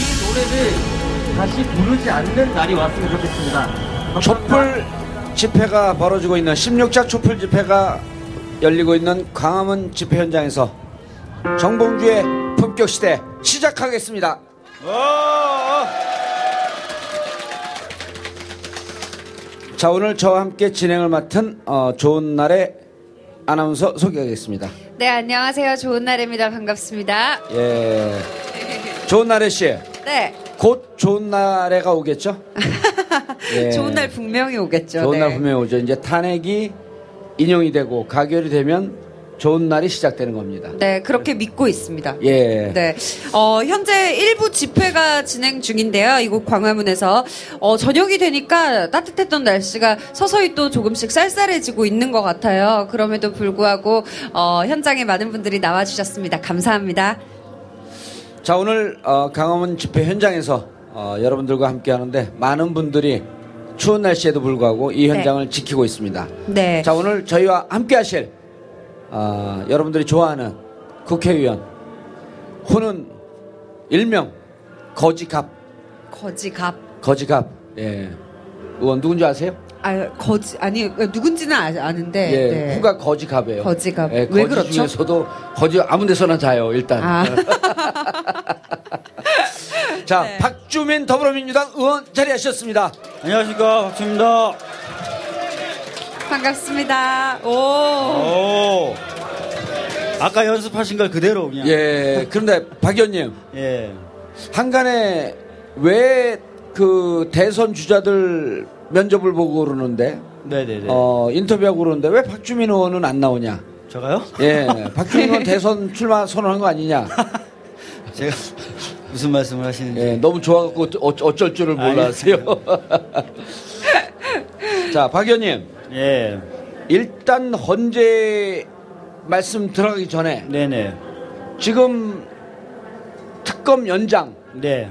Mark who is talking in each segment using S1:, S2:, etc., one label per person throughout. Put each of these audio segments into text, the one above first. S1: 이 노래를 다시 부르지 않는 날이 왔으면 좋겠습니다.
S2: 촛불 집회가 벌어지고 있는 16차 촛불 집회가 열리고 있는 광화문 집회 현장에서 정봉주의 품격 시대 시작하겠습니다. 자 오늘 저와 함께 진행을 맡은 어, 좋은 날의 아나운서 소개하겠습니다.
S3: 네, 안녕하세요. 좋은 날입니다. 반갑습니다.
S2: 예, 좋은 날의 씨,
S3: 네.
S2: 곧 좋은 날에가 오겠죠? 예.
S3: 좋은 날 분명히 오겠죠.
S2: 좋은
S3: 네.
S2: 날 분명히 오죠. 이제 탄핵이 인용이 되고 가결이 되면 좋은 날이 시작되는 겁니다.
S3: 네, 그렇게 믿고 있습니다.
S2: 예.
S3: 네. 어, 현재 일부 집회가 진행 중인데요. 이곳 광화문에서. 어, 저녁이 되니까 따뜻했던 날씨가 서서히 또 조금씩 쌀쌀해지고 있는 것 같아요. 그럼에도 불구하고, 어, 현장에 많은 분들이 나와주셨습니다. 감사합니다.
S2: 자, 오늘 어, 강화문 집회 현장에서 어, 여러분들과 함께 하는데 많은 분들이 추운 날씨에도 불구하고 이 현장을 지키고 있습니다.
S3: 네.
S2: 자, 오늘 저희와 함께 하실 어, 여러분들이 좋아하는 국회의원 혹은 일명 거지갑,
S3: 거지갑.
S2: 거지갑. 예. 의원 누군지 아세요?
S3: 아, 거지, 아니, 누군지는 아, 아는데.
S2: 예,
S3: 네.
S2: 후가 거지갑이에요.
S3: 거지갑.
S2: 예,
S3: 왜
S2: 거지
S3: 그렇죠?
S2: 중에서도 거지 아무 데서나 자요, 일단.
S3: 아.
S2: 자, 박주민 더불어민주당 의원 자리하셨습니다.
S1: 안녕하십니까 박수입니다.
S3: 반갑습니다. 오.
S1: 오. 아까 연습하신 걸 그대로 그냥.
S2: 예, 그런데 박 의원님,
S1: 예.
S2: 한간에 왜 그 대선 주자들 면접을 보고 그러는데,
S1: 네네네.
S2: 어, 인터뷰하고 그러는데 왜 박주민 의원은 안 나오냐?
S1: 저가요?
S2: 예, 박주민 의원 대선 출마 선언한 거 아니냐?
S1: 제가 무슨 말씀을 하시는지.
S2: 예, 너무 좋아갖고 어쩌- 어쩔 줄을 몰라서요. 자, 박 의원님.
S1: 예.
S2: 일단 헌재 말씀 들어가기 전에
S1: 네네.
S2: 지금 특검 연장
S1: 네.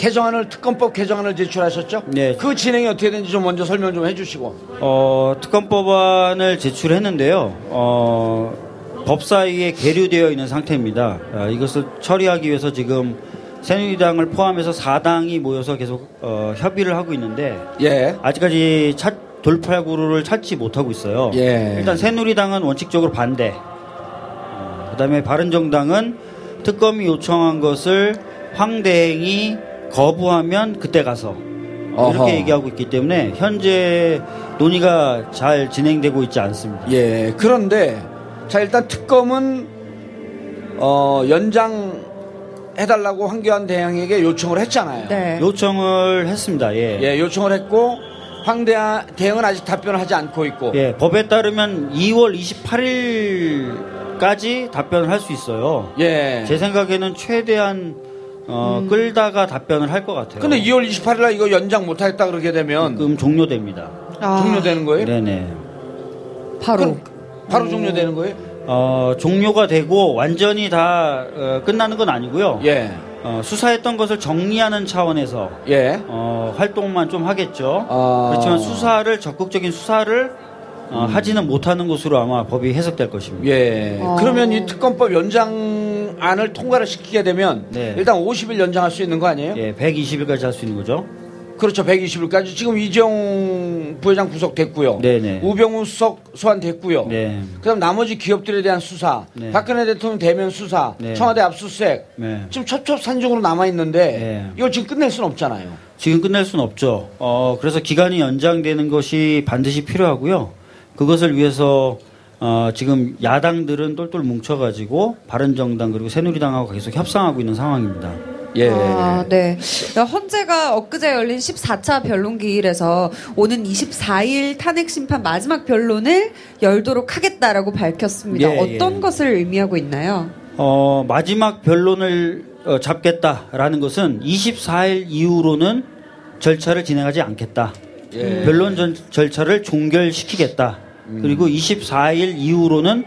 S2: 개정안을 특검법 개정안을 제출하셨죠?
S1: 네.
S2: 그 진행이 어떻게 되는지 좀 먼저 설명 좀 해주시고.
S1: 어, 특검법안을 제출했는데요. 어, 법사위에 계류되어 있는 상태입니다. 아, 이것을 처리하기 위해서 지금 새누리당을 포함해서 4당이 모여서 계속 어, 협의를 하고 있는데
S2: 예.
S1: 아직까지 찾- 돌파구를 찾지 못하고 있어요.
S2: 예.
S1: 일단 새누리당은 원칙적으로 반대. 어, 그다음에 바른정당은 특검이 요청한 것을 황대행이 거부하면 그때 가서
S2: 어허.
S1: 이렇게 얘기하고 있기 때문에 현재 논의가 잘 진행되고 있지 않습니다.
S2: 예. 그런데 자 일단 특검은 어, 연장 해달라고 황교안 대행에게 요청을 했잖아요.
S3: 네.
S1: 요청을 했습니다. 예.
S2: 예, 요청을 했고 황 대하- 대행은 아직 답변을 하지 않고 있고.
S1: 예, 법에 따르면 2월 28일까지 답변을 할 수 있어요.
S2: 예.
S1: 제 생각에는 최대한 어, 끌다가 답변을 할 것 같아요.
S2: 음. 근데 2월 28일 날 이거 연장 못하겠다 그러게 되면
S1: 지금 종료됩니다.
S3: 아,
S2: 종료되는 거예요?
S1: 네네.
S3: 바로.
S2: 바로
S1: 음.
S2: 종료되는 거예요?
S1: 어, 종료가 되고 완전히 다 어, 끝나는 건 아니고요.
S2: 예.
S1: 어, 수사했던 것을 정리하는 차원에서
S2: 예.
S1: 어, 활동만 좀 하겠죠.
S2: 아.
S1: 그렇지만 수사를 적극적인 수사를 어, 하지는 못하는 것으로 아마 법이 해석될 것입니다.
S2: 음. 예.
S3: 어.
S2: 그러면 이 특검법 연장안을 통과를 시키게 되면
S1: 네.
S2: 일단 50일 연장할 수 있는 거 아니에요?
S1: 예, 120일까지 할 수 있는 거죠.
S2: 그렇죠. 120일까지 지금 이재용 부회장 구속됐고요.
S1: 네네.
S2: 우병우 수석 소환됐고요.
S1: 네.
S2: 그다음 나머지 기업들에 대한 수사,
S1: 네.
S2: 박근혜 대통령 대면 수사,
S1: 네.
S2: 청와대 압수수색
S1: 네.
S2: 지금 첩첩산중으로 남아 있는데
S1: 네.
S2: 이걸 지금 끝낼 수는 없잖아요.
S1: 지금 끝낼 수는 없죠. 어, 그래서 기간이 연장되는 것이 반드시 필요하고요. 그것을 위해서 어, 지금 야당들은 똘똘 뭉쳐가지고 바른정당 그리고 새누리당하고 계속 협상하고 있는 상황입니다.
S2: 예.
S3: 아, 네. 헌재가 엊그제 열린 14차 변론기일에서 오는 24일 탄핵 심판 마지막 변론을 열도록 하겠다라고 밝혔습니다.
S1: 예, 예.
S3: 어떤 것을 의미하고 있나요?
S1: 어, 마지막 변론을 어, 잡겠다라는 것은 24일 이후로는 절차를 진행하지 않겠다.
S2: 예.
S1: 변론 전- 절차를 종결시키겠다. 그리고 24일 이후로는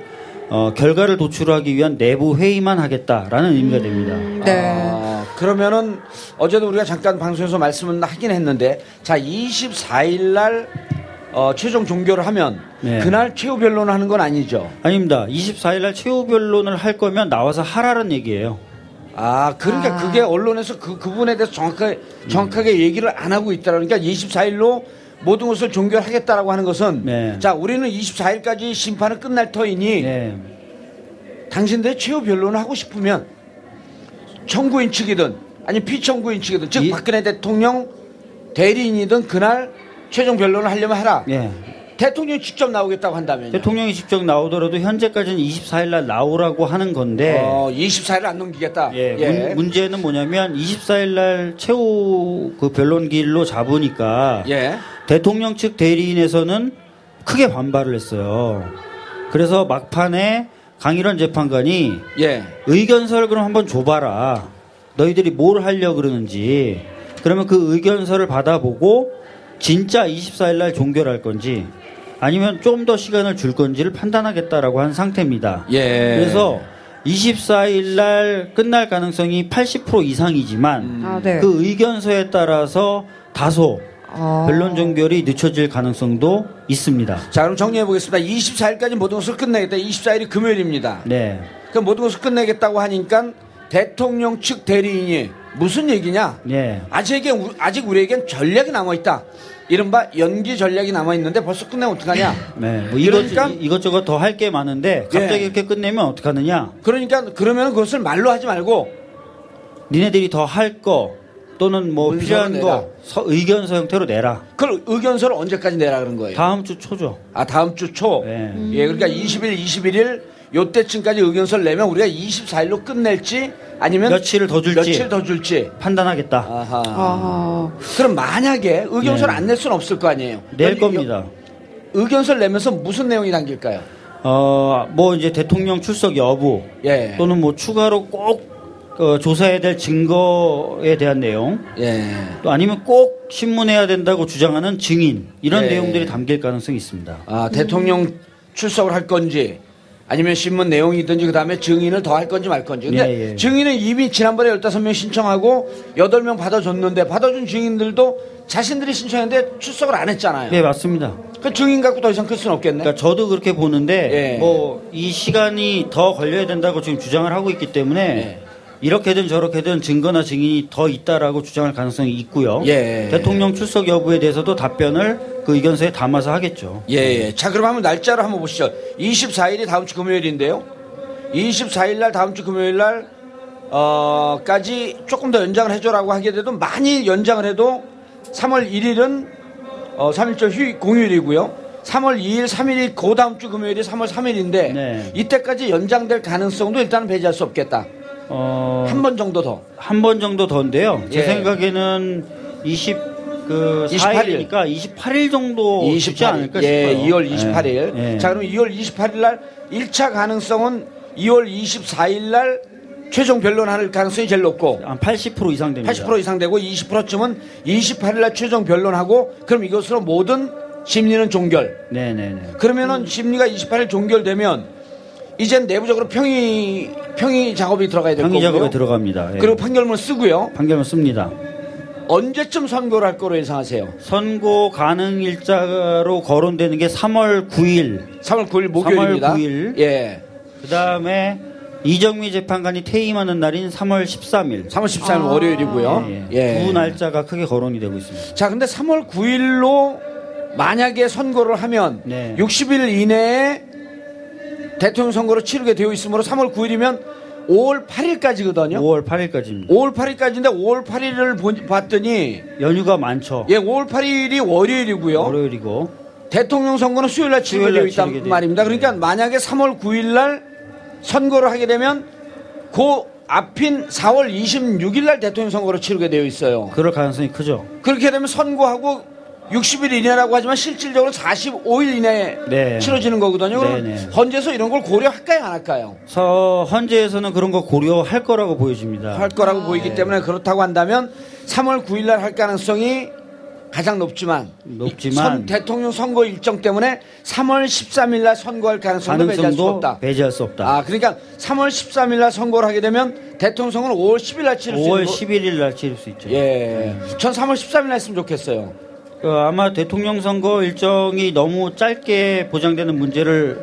S1: 어, 결과를 도출하기 위한 내부 회의만 하겠다라는 의미가 됩니다.
S3: 네.
S2: 아, 그러면은 어제도 우리가 잠깐 방송에서 말씀은 하긴 했는데 자 24일 날 어, 최종 종결을 하면
S1: 네.
S2: 그날 최후 변론을 하는 건 아니죠.
S1: 아닙니다. 24일 날 최후 변론을 할 거면 나와서 하라는 얘기예요.
S2: 아 그러니까
S3: 아.
S2: 그게 언론에서 그 그분에 대해서 정확하게 정확하게 얘기를 안 하고 있다라는 그러니까 24일로 모든 것을 종결하겠다라고 하는 것은
S1: 네.
S2: 자 우리는 24일까지 심판은 끝날 터이니
S1: 네.
S2: 당신들의 최후 변론을 하고 싶으면 청구인 측이든 아니면 피청구인 측이든 즉
S1: 이-
S2: 박근혜 대통령 대리인이든 그날 최종 변론을 하려면 하라.
S1: 예.
S2: 대통령이 직접 나오겠다고 한다면요.
S1: 대통령이 직접 나오더라도 현재까지는 24일 날 나오라고 하는 건데
S2: 어, 24일 안 넘기겠다.
S1: 아, 예,
S2: 예.
S1: 문, 제는 뭐냐면 24일 날 최후 그 변론기일로 잡으니까
S2: 예.
S1: 대통령 측 대리인에서는 크게 반발을 했어요. 그래서 막판에 강일원 재판관이
S2: 예.
S1: 의견서를 그럼 한번 줘봐라. 너희들이 뭘 하려 그러는지. 그러면 그 의견서를 받아보고 진짜 24일 날 종결할 건지 아니면 좀 더 시간을 줄 건지를 판단하겠다라고 한 상태입니다.
S2: 예.
S1: 그래서 24일 날 끝날 가능성이 80% 이상이지만
S3: 아, 네.
S1: 그 의견서에 따라서 다소
S3: 아.
S1: 변론 종결이 늦춰질 가능성도 있습니다.
S2: 자, 그럼 정리해 보겠습니다. 24일까지 모든 것을 끝내겠다. 24일이 금요일입니다.
S1: 네.
S2: 그럼 모든 것을 끝내겠다고 하니까 대통령 측 대리인이 무슨 얘기냐?
S1: 예.
S2: 아직에 아직 우리에겐 전략이 남아 있다. 이른바 연기 전략이 남아 있는데 벌써 끝내면 어떡하냐?
S1: 네. 뭐
S2: 그러니까-
S1: 이것, 이것저것 더 할 게 많은데 갑자기
S2: 예.
S1: 이렇게 끝내면 어떡하느냐?
S2: 그러니까 그러면 그것을 말로 하지 말고
S1: 니네들이 더 할 거 또는 뭐
S2: 문서로
S1: 필요한
S2: 내라.
S1: 거 서- 의견서 형태로 내라.
S2: 그걸 의견서를 언제까지 내라 그런 거예요.
S1: 다음 주 초죠.
S2: 아 다음 주 초.
S1: 네.
S2: 예, 그러니까 20일, 21일 요때쯤까지 의견서를 내면 우리가 24일로 끝낼지 아니면
S1: 며칠을 더 줄지.
S2: 며칠 더 줄지.
S1: 판단하겠다.
S2: 아하.
S3: 아.
S2: 그럼 만약에 의견서를
S1: 예.
S2: 안 낼 수는 없을 거 아니에요.
S1: 낼
S2: 그럼 이-
S1: 겁니다.
S2: 의견서를 내면서 무슨 내용이 담길까요?
S1: 어, 뭐 이제 대통령 출석 여부
S2: 예.
S1: 또는 뭐 추가로 꼭 어, 조사해야 될 증거에 대한 내용
S2: 예.
S1: 또 아니면 꼭 신문해야 된다고 주장하는 증인 이런
S2: 예.
S1: 내용들이 담길 가능성이 있습니다.
S2: 아, 대통령 출석을 할 건지 아니면 신문 내용이든지 그다음에 증인을 더 할 건지 말 건지. 근데
S1: 예, 예.
S2: 증인은 이미 지난번에 15명 신청하고 8명 받아줬는데 받아준 증인들도 자신들이 신청했는데 출석을 안 했잖아요.
S1: 네 맞습니다.
S2: 그 증인 갖고 더 이상 클 수는 없겠네.
S1: 그러니까 저도 그렇게 보는데
S2: 예.
S1: 뭐 이 시간이 더 걸려야 된다고 지금 주장을 하고 있기 때문에
S2: 예.
S1: 이렇게든 저렇게든 증거나 증인이 더 있다라고 주장할 가능성이 있고요.
S2: 예.
S1: 대통령 출석 여부에 대해서도 답변을 그 의견서에 담아서 하겠죠.
S2: 예, 예. 자, 그럼 한번 날짜로 한번 보시죠. 24일이 다음 주 금요일인데요. 24일 날 다음 주 금요일 날 어, 까지 조금 더 연장을 해 줘라고 하게 돼도 많이 연장을 해도 3월 1일은 어, 3일절 휴 공휴일이고요. 3월 2일, 3일이 그 다음 주 금요일이 3월 3일인데
S1: 네.
S2: 이때까지 연장될 가능성도 일단은 배제할 수 없겠다.
S1: 어,
S2: 한 번 정도 더.
S1: 한 번 정도 더인데요. 제
S2: 예.
S1: 생각에는 20, 그,
S2: 28일.
S1: 4일이니까 28일 정도 뭐 쉽지
S2: 28일.
S1: 않을까
S2: 예,
S1: 싶어요.
S2: 2월 28일.
S1: 예.
S2: 자, 그럼 2월 28일 날 1차 가능성은 2월 24일 날 최종 변론할 가능성이 제일 높고
S1: 한80% 이상 됩니다.
S2: 80% 이상 되고 20%쯤은 28일 날 최종 변론하고 그럼 이것으로 모든 심리는 종결.
S1: 네네네. 음.
S2: 그러면은 심리가 28일 종결되면 이젠 내부적으로 평의 평의 작업이 들어가야 될
S1: 항의 작업에
S2: 거고요.
S1: 들어갑니다. 예.
S2: 그리고 판결문 쓰고요.
S1: 판결문 씁니다.
S2: 언제쯤 선고를 할 거로 예상하세요?
S1: 선고 가능 일자로 거론되는 게 3월 9일.
S2: 3월 9일
S1: 3월
S2: 목요일입니다.
S1: 9일.
S2: 예.
S1: 그 다음에 이정미 재판관이 퇴임하는 날인 3월 13일.
S2: 3월 13일 월요일이고요.
S1: 아, 예,
S2: 예.
S1: 두 날짜가 크게 거론이 되고 있습니다.
S2: 자, 근데 3월 9일로 만약에 선거를 하면
S1: 네.
S2: 60일 이내에 대통령 선거를 치르게 되어 있으므로 3월 9일이면 5월 8일까지거든요.
S1: 5월 8일까지입니다.
S2: 5월 8일까지인데 5월 8일을 봤더니
S1: 연휴가 많죠.
S2: 예, 5월 8일이 월요일이고요.
S1: 월요일이고
S2: 대통령 선거는 수요일 날 치르게
S1: 수요일 날
S2: 되어 있단
S1: 치르게 돼
S2: 말입니다.
S1: 있죠.
S2: 그러니까 만약에 3월 9일 날 선거를 하게 되면 그 앞인 4월 26일 날 대통령 선거를 치르게 되어 있어요.
S1: 그럴 가능성이 크죠.
S2: 그렇게 되면 선고하고 60일 이내라고 하지만 실질적으로 45일 이내에
S1: 네.
S2: 치러지는 거거든요. 그럼
S1: 네, 네.
S2: 헌재에서 이런 걸 고려할까요, 안 할까요?
S1: 서 헌재에서는 그런 거 고려할 거라고 보여집니다.
S2: 할 거라고
S1: 네.
S2: 보이기 때문에 그렇다고 한다면 3월 9일 날 할 가능성이 가장 높지만,
S1: 높지만
S2: 선- 대통령 선거 일정 때문에 3월 13일 날 선거할 가능성도 배제할 수
S1: 가능성도
S2: 없다.
S1: 배제할 수 없다.
S2: 아, 그러니까 3월 13일 날 선거를 하게 되면 대통령 선거는 5월 10일 날 치를 수
S1: 5월
S2: 있는 거-
S1: 11일 날 치를 수 있죠.
S2: 예. 전 3월 13일 날 했으면 좋겠어요.
S1: 그 아마 대통령 선거 일정이 너무 짧게 보장되는 문제를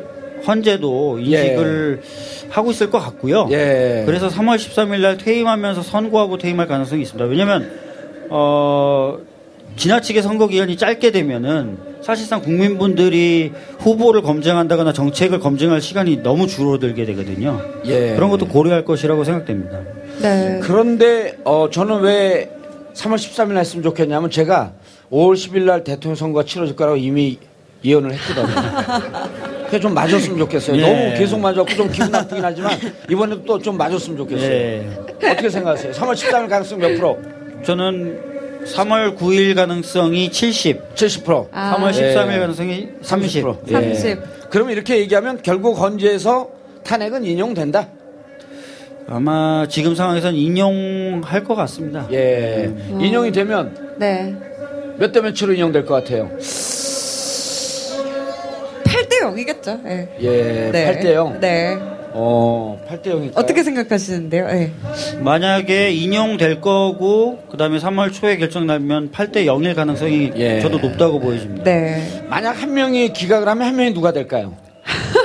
S1: 헌재도 인식을 하고 있을 것 같고요.
S2: 예.
S1: 그래서 3월 13일 날 퇴임하면서 선고하고 퇴임할 가능성이 있습니다. 왜냐하면 어, 지나치게 선거 기간이 짧게 되면은 사실상 국민분들이 후보를 검증한다거나 정책을 검증할 시간이 너무 줄어들게 되거든요.
S2: 예.
S1: 그런 것도 고려할 것이라고 생각됩니다.
S3: 네.
S2: 그런데 어, 저는 왜 3월 13일 날 했으면 좋겠냐면 제가 5월 10일 날 대통령 선거가 치러질 거라고 이미 예언을 했거든요. 그게 좀 맞았으면
S1: 예.
S2: 좋겠어요. 너무 계속 맞았고 좀 기분 나쁘긴 하지만 이번에도 또 좀 맞았으면 좋겠어요.
S1: 예.
S2: 어떻게 생각하세요? 3월 13일 가능성 몇 프로?
S1: 저는 3월 9일 가능성이 70,
S2: 70%.
S3: 아.
S1: 3월 13일
S2: 예.
S1: 가능성이 예. 30.
S3: 30.
S2: 그럼 이렇게 얘기하면 결국 헌재에서 탄핵은 인용된다.
S1: 아마 지금 상황에선 인용할 것 같습니다. 음.
S2: 예.
S3: 음.
S2: 인용이 되면
S3: 네.
S2: 몇 대 몇으로 인용될 것 같아요?
S3: 8대 0이겠죠. 예.
S2: 예. 팔 8대 0.
S3: 네.
S2: 어, 8대 0이
S3: 어떻게 생각하시는데요? 예.
S1: 만약에 인용될 거고 그다음에 3월 초에 결정 나면 8대 0일 가능성이
S2: 예.
S1: 저도 높다고 보여집니다.
S3: 네.
S2: 만약 한 명이 기각을 하면 한 명이 누가 될까요? 예.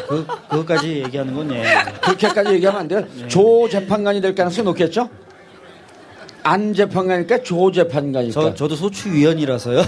S1: 그 그것까지 얘기하는 건 예.
S2: 그렇게까지 얘기하면 안 돼요. 조 재판관이 될 가능성이 높겠죠? 안 재판관이니까 조 재판관이니까.
S1: 저 저도 소추 위원이라서요.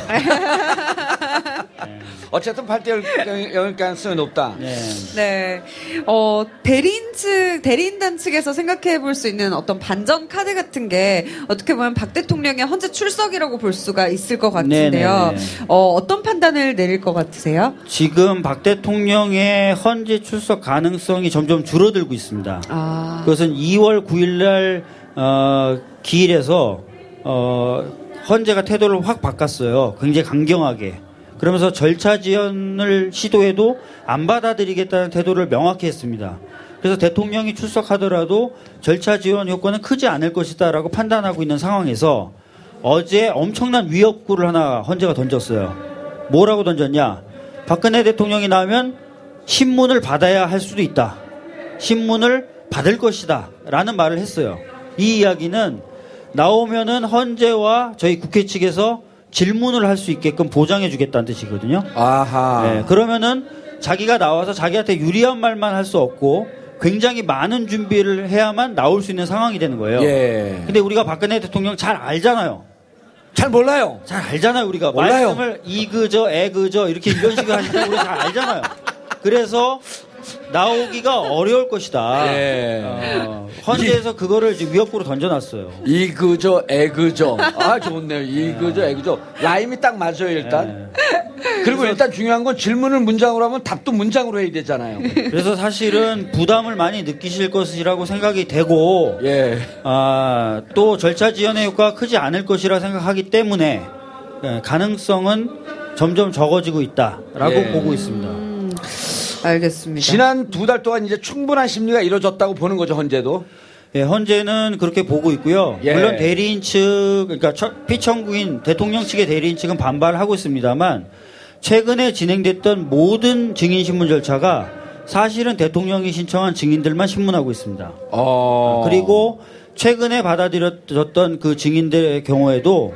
S2: 어쨌든 8대 0일 가능성이 높다.
S1: 네.
S3: 네. 어, 대리인 측, 대리인단 측에서 생각해 볼 수 있는 어떤 반전 카드 같은 게 어떻게 보면 박 대통령의 헌재 출석이라고 볼 수가 있을 것 같은데요.
S1: 네네네.
S3: 어, 어떤 판단을 내릴 것 같으세요?
S1: 지금 박 대통령의 헌재 출석 가능성이 점점 줄어들고 있습니다.
S3: 아.
S1: 그것은 2월 9일 날 어, 기일에서 어, 헌재가 태도를 확 바꿨어요. 굉장히 강경하게. 그러면서 절차 지연을 시도해도 안 받아들이겠다는 태도를 명확히 했습니다. 그래서 대통령이 출석하더라도 절차 지원 효과는 크지 않을 것이다라고 판단하고 있는 상황에서 어제 엄청난 위협구를 하나 헌재가 던졌어요. 뭐라고 던졌냐? 박근혜 대통령이 나오면 신문을 받아야 할 수도 있다. 신문을 받을 것이다 라는 말을 했어요. 이 이야기는 나오면은 헌재와 저희 국회 측에서 질문을 할 수 있게끔 보장해 주겠다는 뜻이거든요.
S2: 아하.
S1: 네, 그러면은 자기가 나와서 자기한테 유리한 말만 할 수 없고 굉장히 많은 준비를 해야만 나올 수 있는 상황이 되는 거예요.
S2: 예.
S1: 근데 우리가 박근혜 대통령 잘 알잖아요.
S2: 잘 몰라요.
S1: 잘 알잖아요 우리가
S2: 몰라요.
S1: 말씀을 이그저 애그저 이렇게 이런 식으로 하니까 우리 잘 알잖아요. 그래서 나오기가 어려울 것이다.
S2: 예.
S1: 어, 헌재에서 그거를 지금 위협구로 던져놨어요.
S2: 이 그저 애 그저. 아 좋네요. 이 그저 애 그저. 라임이 딱 맞아요
S1: 네.
S2: 일단. 그리고 일단 중요한 건 질문을 문장으로 하면 답도 문장으로 해야 되잖아요.
S1: 예. 그래서 사실은 부담을 많이 느끼실 것이라고 생각이 되고
S2: 예.
S1: 아, 또 절차 지연의 효과가 크지 않을 것이라 생각하기 때문에 예, 가능성은 점점 적어지고 있다라고
S2: 예.
S1: 보고 있습니다.
S3: 알겠습니다.
S2: 지난 두 달 동안 이제 충분한 심리가 이루어졌다고 보는 거죠 헌재도.
S1: 예, 현재는 그렇게 보고 있고요.
S2: 예.
S1: 물론 대리인 측, 그러니까 처- 피청구인 대통령 측의 대리인 측은 반발을 하고 있습니다만 최근에 진행됐던 모든 증인 신문 절차가 사실은 대통령이 신청한 증인들만 신문하고 있습니다.
S2: 어.
S1: 그리고 최근에 받아들였던 그 증인들의 경우에도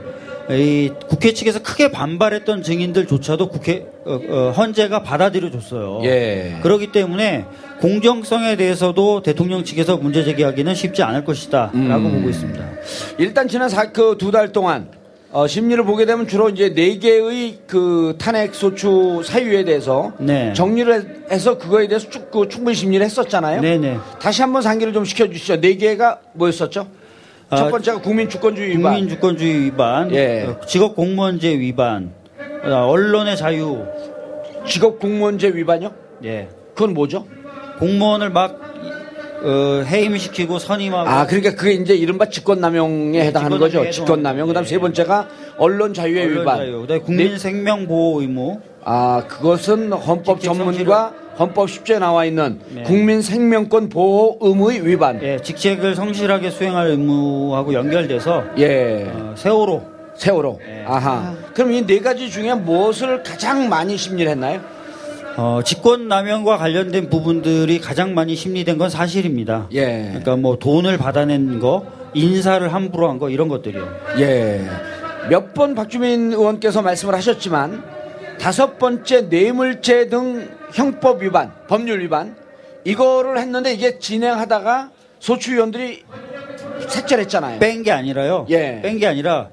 S1: 이 국회 측에서 크게 반발했던 증인들조차도 국회 어, 어, 헌재가 받아들여 줬어요.
S2: 예.
S1: 그렇기 때문에 공정성에 대해서도 대통령 측에서 문제 제기하기는 쉽지 않을 것이다라고
S2: 음.
S1: 보고 있습니다.
S2: 일단 지난 그두 달 동안 어, 심리를 보게 되면 주로 이제 네 개의 그 탄핵 소추 사유에 대해서
S1: 네.
S2: 정리를 해- 해서 그거에 대해서 쭉그 충분히 심리를 했었잖아요.
S1: 네네.
S2: 다시 한번 상기를 좀 시켜주시죠. 네 개가 뭐였었죠?
S1: 아,
S2: 첫 번째가 국민주권주의 위반.
S1: 국민주권주의 위반,
S2: 예.
S1: 어, 직업공무원제 위반, 어, 언론의 자유,
S2: 직업공무원제 위반요?
S1: 예.
S2: 그건 뭐죠?
S1: 공무원을 막 어, 해임시키고 선임하고
S2: 아, 그러니까 그게 이제 이른바 직권남용에 해당하는 거죠.
S1: 직권남용에
S2: 직권남용. 그 다음
S1: 해당하는 네.
S2: 세 번째가 언론 자유의
S1: 언론
S2: 예, 위반.
S1: 자유, 그다음에
S2: 네-
S1: 국민 생명 보호 의무,
S2: 아, 그것은 헌법
S1: 직접
S2: 전문과 헌법 10조에 나와 있는
S1: 네.
S2: 국민 생명권 보호 의무의 위반.
S1: 예, 직책을 성실하게 수행할 의무하고 연결돼서
S2: 예.
S1: 어, 세월호
S2: 세월호.
S1: 네.
S2: 아하. 예. 그럼 이 네 가지 중에 무엇을 가장 많이 심리를 했나요?
S1: 어, 직권 남용과 관련된 부분들이 가장 많이 심리된 건 사실입니다.
S2: 예.
S1: 그러니까 뭐 돈을 받아낸 거, 인사를 함부로 한 거 이런 것들이요.
S2: 예. 몇 번 박주민 의원께서 말씀을 하셨지만 다섯 번째 뇌물죄 등 형법 위반, 법률 위반 이거를 했는데 이게 진행하다가 소추위원들이 삭제를 했잖아요.
S1: 뺀 게 아니라요.
S2: 예.
S1: 뺀 게 아니라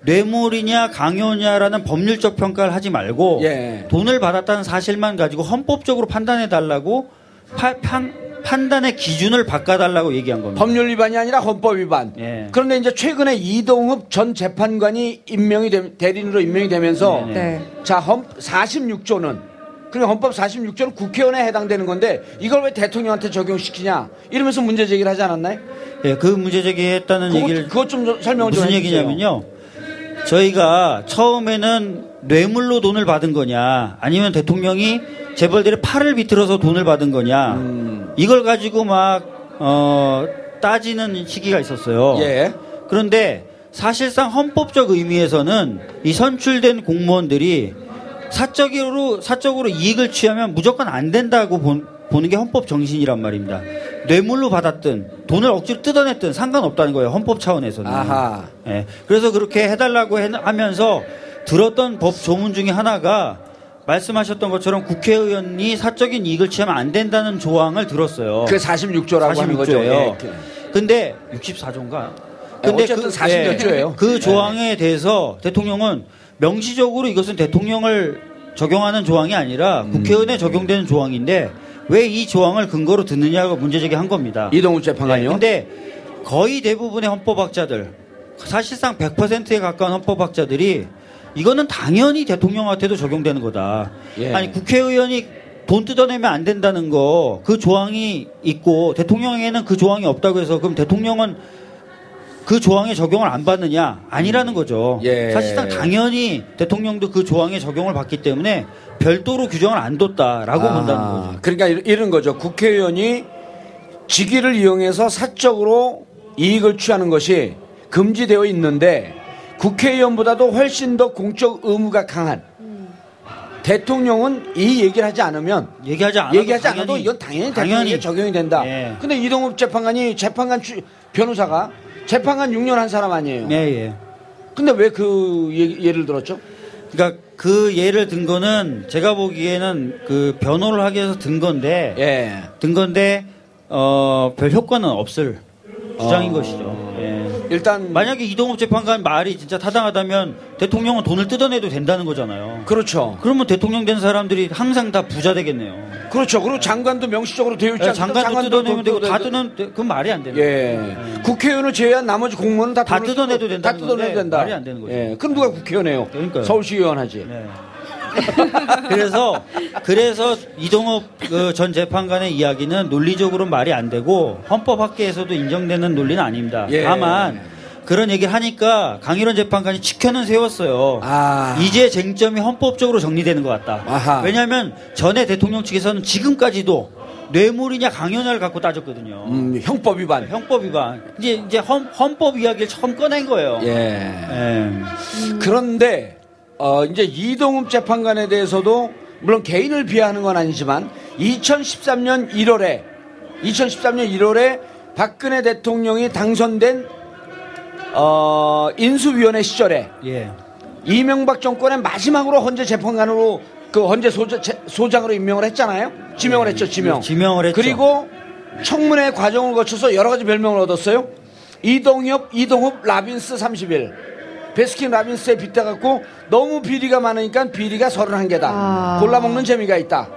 S1: 뇌물이냐 강요냐라는 법률적 평가를 하지 말고
S2: 예.
S1: 돈을 받았다는 사실만 가지고 헌법적으로 판단해 달라고 파- 판- 판단의 기준을 바꿔달라고 얘기한 겁니다.
S2: 법률 위반이 아니라 헌법 위반.
S1: 예.
S2: 그런데 이제 최근에 이동흡 전 재판관이 임명이 되- 대리인으로 임명이 되면서
S1: 네네.
S3: 네.
S2: 자, 헌 46조는 그리고 헌법 46조는 국회의원에 해당되는 건데 이걸 왜 대통령한테 적용시키냐 이러면서 문제 제기를 하지 않았나요?
S1: 예, 그 문제 제기했다는
S2: 그것,
S1: 얘기를
S2: 그것 좀 저- 설명을 좀
S1: 무슨
S2: 해주세요.
S1: 얘기냐면요. 저희가 처음에는 뇌물로 돈을 받은 거냐, 아니면 대통령이 재벌들의 팔을 비틀어서 돈을 받은 거냐,
S2: 음.
S1: 이걸 가지고 막, 어, 따지는 시기가 있었어요.
S2: 예.
S1: 그런데 사실상 헌법적 의미에서는 이 선출된 공무원들이 사적으로 사적으로 이익을 취하면 무조건 안 된다고 본- 보는 게 헌법 정신이란 말입니다. 뇌물로 받았든 돈을 억지로 뜯어냈든 상관없다는 거예요. 헌법 차원에서는.
S2: 아하.
S1: 예. 그래서 그렇게 해달라고 해- 하면서 들었던 법 조문 중에 하나가 말씀하셨던 것처럼 국회의원이 사적인 이익을 취하면 안 된다는 조항을 들었어요.
S2: 그게 46조라고 하는 거죠.
S1: 46조예요.
S2: 예. 이렇게.
S1: 근데 64조인가?
S2: 어쨌든 40몇 조예요.
S1: 그 조항에 대해서 대통령은 명시적으로 이것은 대통령을 적용하는 조항이 아니라
S2: 음.
S1: 국회의원에 적용되는 조항인데 왜 이 조항을 근거로 듣느냐고 문제 제기한 겁니다.
S2: 이동욱
S1: 네,
S2: 재판관이요.
S1: 근데 거의 대부분의 헌법학자들 사실상 100%에 가까운 헌법학자들이 이거는 당연히 대통령한테도 적용되는 거다.
S2: 예.
S1: 아니 국회의원이 돈 뜯어내면 안 된다는 거 그 조항이 있고 대통령에는 그 조항이 없다고 해서 그럼 대통령은 그 조항에 적용을 안 받느냐 아니라는 거죠.
S2: 예.
S1: 사실상 당연히 대통령도 그 조항에 적용을 받기 때문에 별도로 규정을 안 뒀다라고
S2: 아,
S1: 본다는 거죠.
S2: 그러니까 이- 이런 거죠. 국회의원이 직위를 이용해서 사적으로 이익을 취하는 것이 금지되어 있는데 국회의원보다도 훨씬 더 공적 의무가 강한 대통령은 이 얘기를 하지 않으면
S1: 얘기하지 않아도
S2: 얘기하지 않아도
S1: 당연히-
S2: 이건 당연히 대통령에
S1: 당연히
S2: 적용이 된다.
S1: 예.
S2: 근데 이동욱 재판관이 재판관 추- 변호사가 재판관 6년 한 사람 아니에요.
S1: 예, 예.
S2: 근데 왜 그 예를 들었죠?
S1: 그러니까 그 예를 든 거는 제가 보기에는 그 변호를 하기 위해서 든 건데
S2: 예.
S1: 든 건데 어, 별 효과는 없을 주장인 것이죠. 예.
S2: 일단
S1: 만약에 이동욱 재판관 말이 진짜 타당하다면 대통령은 돈을 뜯어내도 된다는 거잖아요.
S2: 그렇죠.
S1: 그러면 대통령 된 사람들이 항상 다 부자 되겠네요.
S2: 그렇죠. 그리고 장관도 명시적으로 되어 있지 않습니까?
S1: 네, 예, 장관도 뜯어내면 되고 다
S2: 뜯어-
S1: 뜯는 그건 말이 안 되는
S2: 예. 국회의원을 제외한 나머지 공무원은 다,
S1: 다
S2: 돈을
S1: 뜯어내도
S2: 뜯어-
S1: 된다는
S2: 다 뜯어내도
S1: 건데
S2: 된다.
S1: 말이 안 되는 거죠.
S2: 예. 그럼 누가 국회의원해요?
S1: 그러니까요.
S2: 서울시의원 하지.
S1: 네. 그래서 그래서 이동업 그전 재판관의 이야기는 논리적으로 말이 안 되고 헌법학계에서도 인정되는 논리는 아닙니다.
S2: 예.
S1: 다만 그런 얘기 하니까 강일원 재판관이 지켜는 세웠어요.
S2: 아.
S1: 이제 쟁점이 헌법적으로 정리되는 것 같다.
S2: 아하.
S1: 왜냐하면 전에 대통령 측에서는 지금까지도 뇌물이냐 강요냐를 갖고 따졌거든요.
S2: 음, 형법 위반.
S1: 형법 위반. 이제 이제 헌, 헌법 이야기를 처음 꺼낸 거예요.
S2: 예.
S1: 예.
S2: 그런데 어, 이제 이동욱 재판관에 대해서도 물론 개인을 비하하는 건 아니지만 2013년 1월에 2013년 1월에 박근혜 대통령이 당선된 어, 인수위원회 시절에
S1: 예.
S2: 이명박 정권의 마지막으로 헌재 재판관으로 그 헌재 소장, 제- 소장으로 임명을 했잖아요. 지명을 했죠, 지명.
S1: 예, 지명을 했죠.
S2: 그리고 청문회 과정을 거쳐서 여러 가지 별명을 얻었어요. 이동엽, 이동흡, 라빈스 30일. 베스킨 라빈스에 빗대갖고 너무 비리가 많으니까 비리가 31개다.
S3: 아.
S2: 골라먹는 재미가 있다.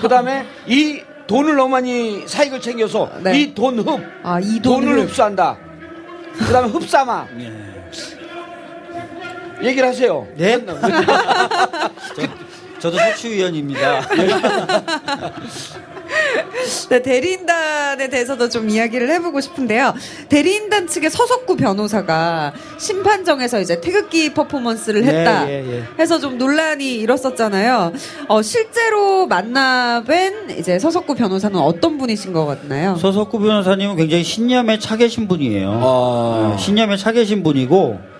S2: 그 다음에 이 돈을 너무 많이 사익을 챙겨서
S3: 네.
S2: 이 돈흡.
S3: 아, 이 돈을-
S2: 돈을 흡수한다. 그 다음에 흡사마. 얘기를 하세요.
S1: 네. 저, 저도 소추위원입니다.
S3: 네, 대리인단에 대해서도 좀 이야기를 해보고 싶은데요. 대리인단 측의 서석구 변호사가 심판정에서 이제 태극기 퍼포먼스를
S1: 네,
S3: 했다
S1: 예, 예.
S3: 해서 좀 논란이 일었었잖아요. 어, 실제로 만나뵌 이제 서석구 변호사는 어떤 분이신 것 같나요?
S1: 서석구 변호사님은 굉장히 신념에 차 계신 분이에요.
S2: 아.
S1: 어, 신념에 차 계신 분이고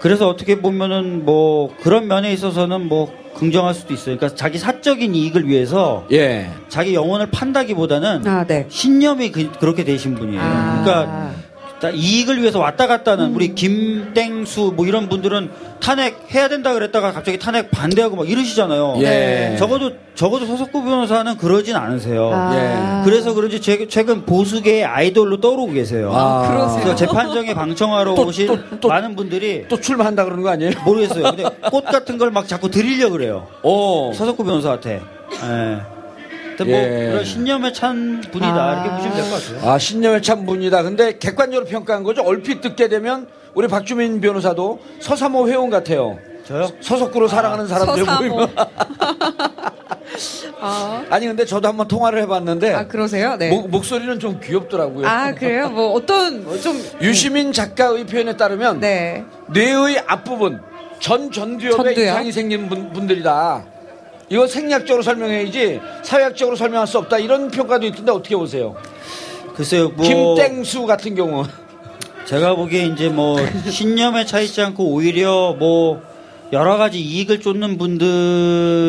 S1: 그래서 어떻게 보면은 뭐 그런 면에 있어서는 뭐 긍정할 수도 있어요. 그러니까 자기 사적인 이익을 위해서
S2: 예.
S1: 자기 영혼을 판다기보다는
S3: 아, 네.
S1: 신념이 그, 렇게 되신 분이에요.
S3: 아. 음.
S1: 그러니까 다 이익을 위해서 왔다 갔다는 우리 김땡수 뭐 이런 분들은 탄핵 해야 된다 그랬다가 갑자기 탄핵 반대하고 막 이러시잖아요.
S3: 어. 네,
S2: 예.
S1: 적어도 적어도 서석구 변호사는 그러진 않으세요.
S3: 아.
S1: 그래서 그런지 최- 최근 보수계의 아이돌로 떠오르고 계세요.
S2: 아,
S3: 그러세요.
S1: 그래서 재판정에 방청하러
S2: 또,
S1: 오신
S2: 또, 또.
S1: 많은 분들이
S2: 또 출마한다 그러는 거 아니에요?
S3: 뭐.
S1: 모르겠어요. 근데 꽃 같은 걸 막 자꾸 드리려 그래요.
S2: 오.
S1: 서석구 변호사한테. 예. 근데 뭐
S2: 예.
S1: 그런 신념에 찬 분이다
S3: 아.
S1: 이렇게 보시면 될 것 같아요.
S2: 아, 신념의 참 분이다. 근데 객관적으로 평가한 거죠. 얼핏 듣게 되면 우리 박주민 변호사도 서사모 회원 같아요.
S1: 저요?
S2: 서석구로 사랑하는 사람들
S3: 서사모.
S2: 모임.
S3: 아,
S2: 아니 근데 저도 한번 통화를 해봤는데
S3: 아, 그러세요? 네.
S1: 뭐-
S2: 목, 목소리는 좀 귀엽더라고요.
S3: 아, 그래요? 뭐 어떤 좀.
S2: 유시민 작가의 표현에 따르면
S3: 네.
S2: 뇌의 앞부분 전 전두엽에
S3: 전두엽?
S2: 이상이 생긴 분, 분들이다. 이거 생략적으로 설명해야지 사회학적으로 설명할 수 없다 이런 평가도 있던데 어떻게 보세요?
S1: 글쎄요. 뭐
S2: 김땡수 같은 경우
S1: 제가 보기에 이제 뭐 신념에 차 있지 않고 오히려 뭐 여러 가지 이익을 쫓는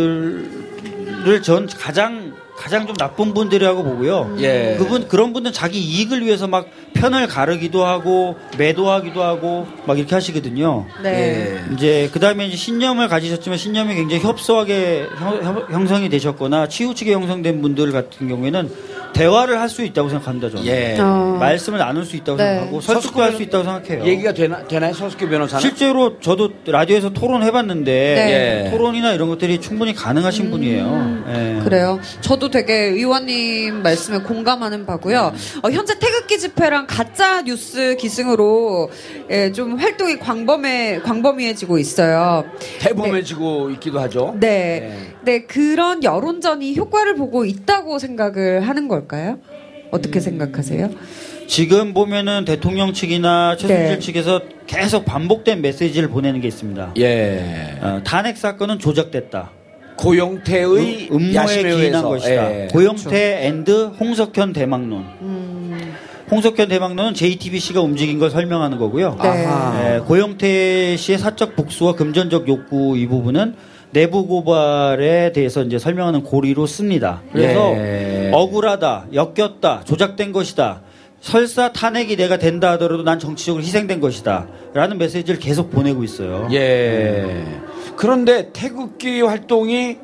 S1: 분들을 전 가장 가장 좀 나쁜 분들이라고 보고요.
S2: 예.
S1: 그분 그런 분들은 자기 이익을 위해서 막 편을 가르기도 하고 매도하기도 하고 막 이렇게 하시거든요. 예.
S3: 네.
S1: 이제 그다음에 이제 신념을 가지셨지만 신념이 굉장히 협소하게 형- 형- 형성이 되셨거나 치우치게 형성된 분들 같은 경우에는 대화를 할 수 있다고 생각합니다. 저는.
S2: 예.
S3: 어.
S1: 말씀을 나눌 수 있다고
S3: 네.
S1: 생각하고 설득도 할 수 있다고 생각해요.
S2: 얘기가 되나 되나요 서숙규 변호사는?
S1: 실제로 저도 라디오에서 토론해봤는데
S3: 네. 음.
S2: 예.
S1: 토론이나 이런 것들이 충분히 가능하신 분이에요. 예.
S3: 그래요. 저도 되게 의원님 말씀에 공감하는 바고요. 어, 현재 태극기 집회랑 가짜 뉴스 기승으로 예, 좀 활동이 광범해 광범위해지고 있어요.
S2: 대범해지고 있기도 하죠.
S3: 네, 네 그런 여론전이 효과를 보고 있다고 생각을 하는 걸까요?
S1: 음.
S3: 어떻게 생각하세요?
S1: 지금 보면은 대통령 측이나 최순실
S3: 네.
S1: 측에서 계속 반복된 메시지를 보내는 게 있습니다.
S2: 예.
S1: 어, 탄핵 사건은 조작됐다.
S2: 고영태의 야심에
S1: 음모에 기인한
S2: 의해서
S1: 것이다.
S2: 예.
S1: 고영태 앤드 홍석현 대망론.
S2: 음.
S1: 홍석현 대망론은 JTBC가 움직인 걸 설명하는 거고요.
S3: 네.
S2: 아하.
S1: 예, 고영태 씨의 사적 복수와 금전적 욕구 이 부분은 내부 고발에 대해서 이제 설명하는 고리로 씁니다. 그래서
S2: 예.
S1: 억울하다, 엮였다, 조작된 것이다. 설사 탄핵이 내가 된다 하더라도 난 정치적으로 희생된 것이다. 라는 메시지를 계속 보내고 있어요.
S2: 예. 그런데 태극기 활동이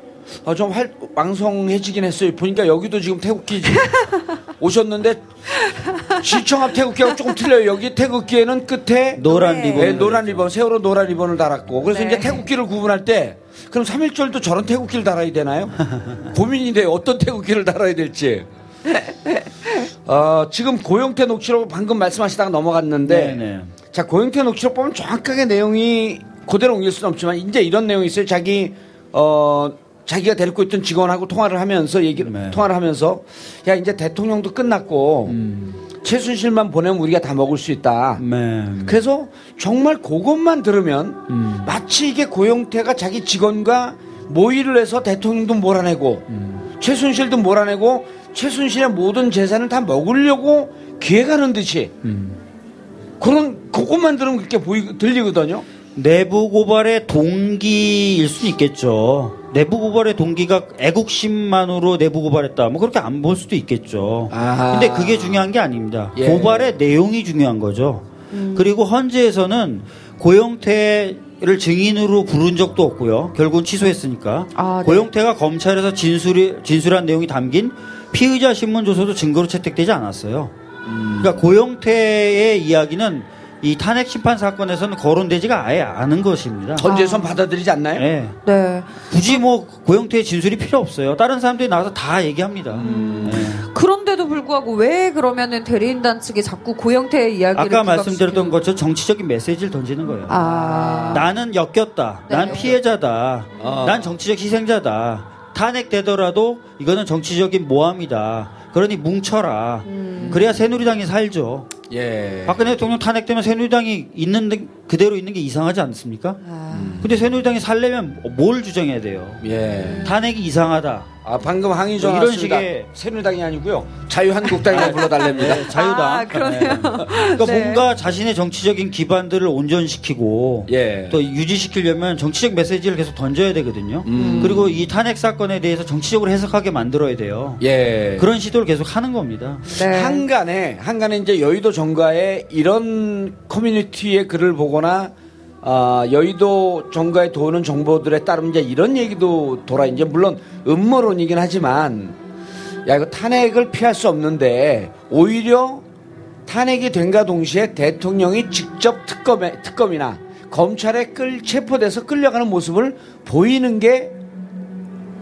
S2: 어, 좀 활, 왕성해지긴 했어요. 보니까 여기도 지금 태극기 지- 오셨는데 시청 앞 태극기하고 조금 틀려요. 여기 태극기에는 끝에
S1: 노란
S3: 네.
S1: 리본.
S2: 네, 노란 리본, 세월호 노란 리본을 달았고 그래서
S3: 네.
S2: 이제 태극기를 구분할 때 그럼 삼일절도 저런 태극기를 달아야 되나요? 고민이 돼요. 어떤 태극기를 달아야 될지. 어, 지금 고영태 녹취록 방금 말씀하시다가 넘어갔는데
S1: 네, 네.
S2: 자 고영태 녹취록 보면 정확하게 내용이 그대로 옮길 수는 없지만 이제 이런 내용이 있어요. 자기 어 자기가 데리고 있던 직원하고 통화를 하면서 얘기
S1: 네.
S2: 통화를 하면서 야 이제 대통령도 끝났고 최순실만 보내면 우리가 다 먹을 수 있다.
S1: 네.
S2: 그래서 정말 그것만 들으면
S1: 음.
S2: 마치 이게 고영태가 자기 직원과 모의를 해서 대통령도 몰아내고
S1: 음.
S2: 최순실도 몰아내고 최순실의 모든 재산을 다 먹으려고 기획하는 듯이
S1: 음.
S2: 그런 그것만 들으면 그렇게 보이 들리거든요.
S1: 내부 고발의 동기일 수 있겠죠. 내부 고발의 동기가 애국심만으로 내부 고발했다. 뭐 그렇게 안 볼 수도 있겠죠.
S2: 아.
S1: 근데 그게 중요한 게 아닙니다.
S2: 예.
S3: 음.
S1: 고발의 내용이 중요한 거죠. 그리고 헌재에서는 고영태 를 증인으로 부른 적도 없고요. 결국은 취소했으니까.
S3: 아, 네.
S1: 고영태가 검찰에서 진술이, 진술한 내용이 담긴 피의자 신문조서도 증거로 채택되지 않았어요. 그러니까 고영태의 이야기는 이 탄핵 심판 사건에서는 거론되지가 아예 않은 것입니다.
S2: 헌재선 받아들이지 않나요?
S1: 예.
S3: 네.
S1: 굳이 뭐 고영태의 진술이 필요 없어요. 다른 사람들이 나와서 다 얘기합니다.
S3: 음.
S1: 예.
S3: 그런데도 불구하고 왜 그러면은 대리인단 측이 자꾸 고영태의 이야기를
S1: 아까
S3: 부각시키는-
S1: 말씀드렸던 것처럼 정치적인 메시지를 던지는 거예요.
S3: 아.
S1: 나는 역겹다.
S3: 네,
S1: 난
S3: 역겹-
S1: 피해자다.
S2: 아.
S1: 난 정치적 희생자다. 탄핵되더라도 이거는 정치적인 모함이다. 그러니 뭉쳐라.
S3: 음.
S1: 그래야 새누리당이 살죠.
S2: 예.
S1: 박근혜 대통령 탄핵되면 새누리당이 있는 데- 그대로 있는 게 이상하지 않습니까?
S3: 아.
S2: 음.
S1: 근데 새누리당이 살려면 뭘 주장해야 돼요?
S2: 예.
S1: 탄핵이 이상하다.
S2: 아 방금 항의 전화
S1: 뭐 이런
S2: 왔습니다.
S1: 식의- 예,
S2: 새누리당이 아니고요. 자유한국당이라고 불러달랍니다.
S1: 자유당.
S3: 아, 그러네요.
S1: 그러니까
S3: 네.
S1: 뭔가 자신의 정치적인 기반들을 온전시키고
S2: 예.
S1: 또 유지시키려면 정치적 메시지를 계속 던져야 되거든요.
S2: 음.
S1: 그리고 이 탄핵 사건에 대해서 정치적으로 해석하게 만들어야 돼요.
S2: 예.
S1: 그런 시도를 계속 하는 겁니다.
S3: 네.
S2: 한간에 한간에 이제 여의도 정가에 이런 커뮤니티의 글을 보거나 아, 여의도 정가에 도는 정보들에 따르면 이제 이런 얘기도 돌아 이제 물론 음모론이긴 하지만 야 이거 탄핵을 피할 수 없는데 오히려 탄핵이 된가 동시에 대통령이 직접 특검에 특검이나 검찰에 끌 체포돼서 끌려가는 모습을 보이는 게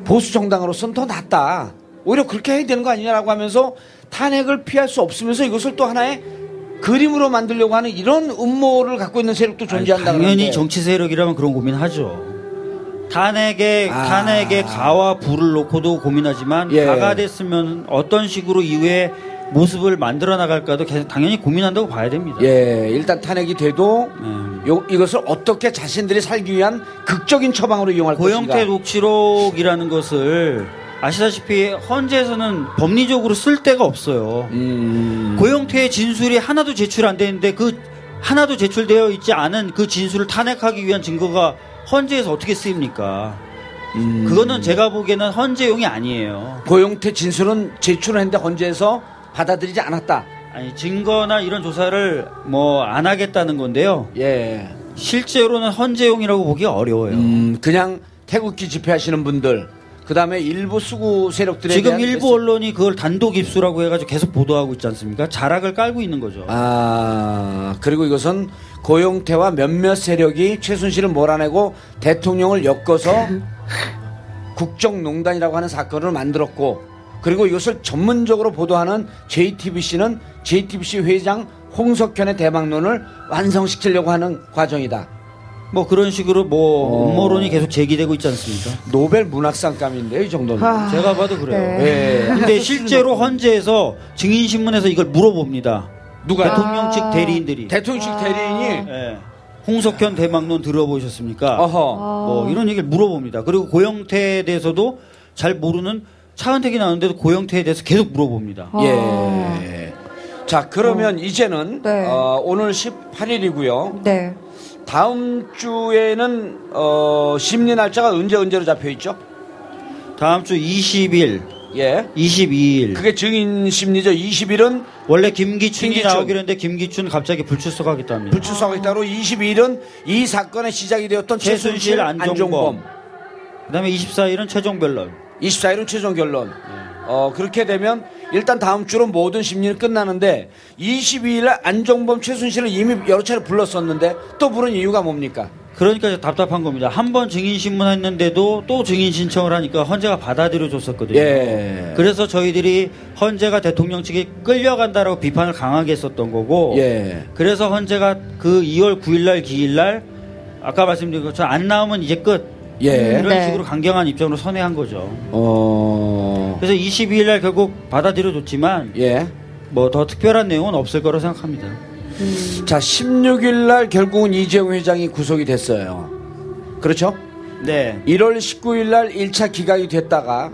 S2: 보수 정당으로서는 더 낫다. 오히려 그렇게 해야 되는 거 아니냐라고 하면서 탄핵을 피할 수 없으면서 이것을 또 하나의 그림으로 만들려고 하는 이런 음모를 갖고 있는 세력도 존재한다.
S1: 아니, 당연히
S2: 그러는데.
S1: 정치 세력이라면 그런 고민하죠. 탄핵에
S2: 아.
S1: 탄핵에 가와 부를 놓고도 고민하지만
S2: 예.
S1: 가가 됐으면 어떤 식으로 이후에 모습을 만들어 나갈까도 계속 당연히 고민한다고 봐야 됩니다.
S2: 예, 일단 탄핵이 돼도
S1: 네.
S2: 요, 이것을 어떻게 자신들이 살기 위한 극적인 처방으로 이용할
S1: 고영태
S2: 것인가.
S1: 녹취록이라는 것을 아시다시피 헌재에서는 법리적으로 쓸 데가 없어요.
S2: 음,
S1: 고영태의 진술이 하나도 제출 안 되는데 그 하나도 제출되어 있지 않은 그 진술을 탄핵하기 위한 증거가 헌재에서 어떻게 쓰입니까?
S2: 음.
S1: 그거는 제가 보기에는 헌재용이 아니에요.
S2: 고영태 진술은 제출했는데 헌재에서 받아들이지 않았다.
S1: 아니 증거나 이런 조사를 뭐 안 하겠다는 건데요.
S2: 예,
S1: 실제로는 헌재용이라고 보기 어려워요.
S2: 음, 그냥 태극기 집회하시는 분들, 그 다음에 일부 수구 세력들에
S1: 지금
S2: 대한
S1: 일부
S2: 메시지.
S1: 언론이 그걸 단독 입수라고 해가지고 계속 보도하고 있지 않습니까? 자락을 깔고 있는 거죠.
S2: 아 그리고 이것은 고용태와 몇몇 세력이 최순실을 몰아내고 대통령을 엮어서 국정농단이라고 하는 사건을 만들었고 그리고 이것을 전문적으로 보도하는 JTBC는 JTBC 회장 홍석현의 대망론을 완성시키려고 하는 과정이다.
S1: 뭐 그런 식으로 뭐
S2: 어.
S1: 음모론이 계속 제기되고 있지 않습니까?
S2: 노벨 문학상감인데요, 이 정도는.
S3: 아.
S1: 제가 봐도 그래요.
S3: 네.
S2: 예.
S1: 근데 실제로 헌재에서 증인신문에서 이걸 물어봅니다.
S2: 누가
S1: 대통령 측 대리인들이.
S2: 대통령실
S3: 아.
S2: 대리인이
S1: 예. 홍석현 대망론
S3: 아.
S1: 들어보셨습니까?
S2: 어허.
S1: 뭐 이런 얘기를 물어봅니다. 그리고 고영태에 대해서도 잘 모르는 차은택이 나오는데도 고영태에 대해서 계속 물어봅니다.
S3: 아.
S2: 예. 자, 그러면 이제는
S3: 네.
S2: 어, 오늘 18일이고요.
S3: 네.
S2: 다음 주에는 어, 심리 날짜가 언제 언제로 잡혀 있죠?
S1: 다음 주 20일,
S2: 예.
S1: 22일.
S2: 그게 증인 심리죠. 20일은
S1: 원래 김기춘이
S2: 김기춘.
S1: 나오기로 했는데 김기춘 갑자기 불출석하겠다 합니다.
S3: 아.
S2: 불출석에 따로 22일은 이 사건의 시작이 되었던
S1: 최순실,
S2: 최순실,
S1: 안종범.
S2: 안종범,
S1: 그다음에 24일은 최종 변론.
S2: 24일은 최종 결론. 어, 그렇게 되면 일단 다음 주로 모든 심리는 끝나는데 22일 날 안종범 최순실을 이미 여러 차례 불렀었는데 또 부른 이유가 뭡니까?
S1: 그러니까 이제 답답한 겁니다. 한 번 증인 신문했는데도 또 증인 신청을 하니까 헌재가 받아들여 줬었거든요.
S2: 예.
S1: 그래서 저희들이 헌재가 대통령 측이 끌려간다라고 비판을 강하게 했었던 거고
S2: 예.
S1: 그래서 헌재가 그 2월 9일날 기일날 아까 말씀드린 것처럼 안 나오면 이제 끝
S2: 예.
S1: 이런
S3: 네.
S1: 식으로 강경한 입장으로 선회한 거죠.
S2: 어.
S1: 그래서 22일날 결국 받아들여줬지만
S2: 예.
S1: 뭐 더 특별한 내용은 없을 거라 생각합니다.
S2: 자, 16일 날 결국은 이재용 회장이 구속이 됐어요. 그렇죠?
S1: 네.
S2: 1월 19일 날 1차 기각이 됐다가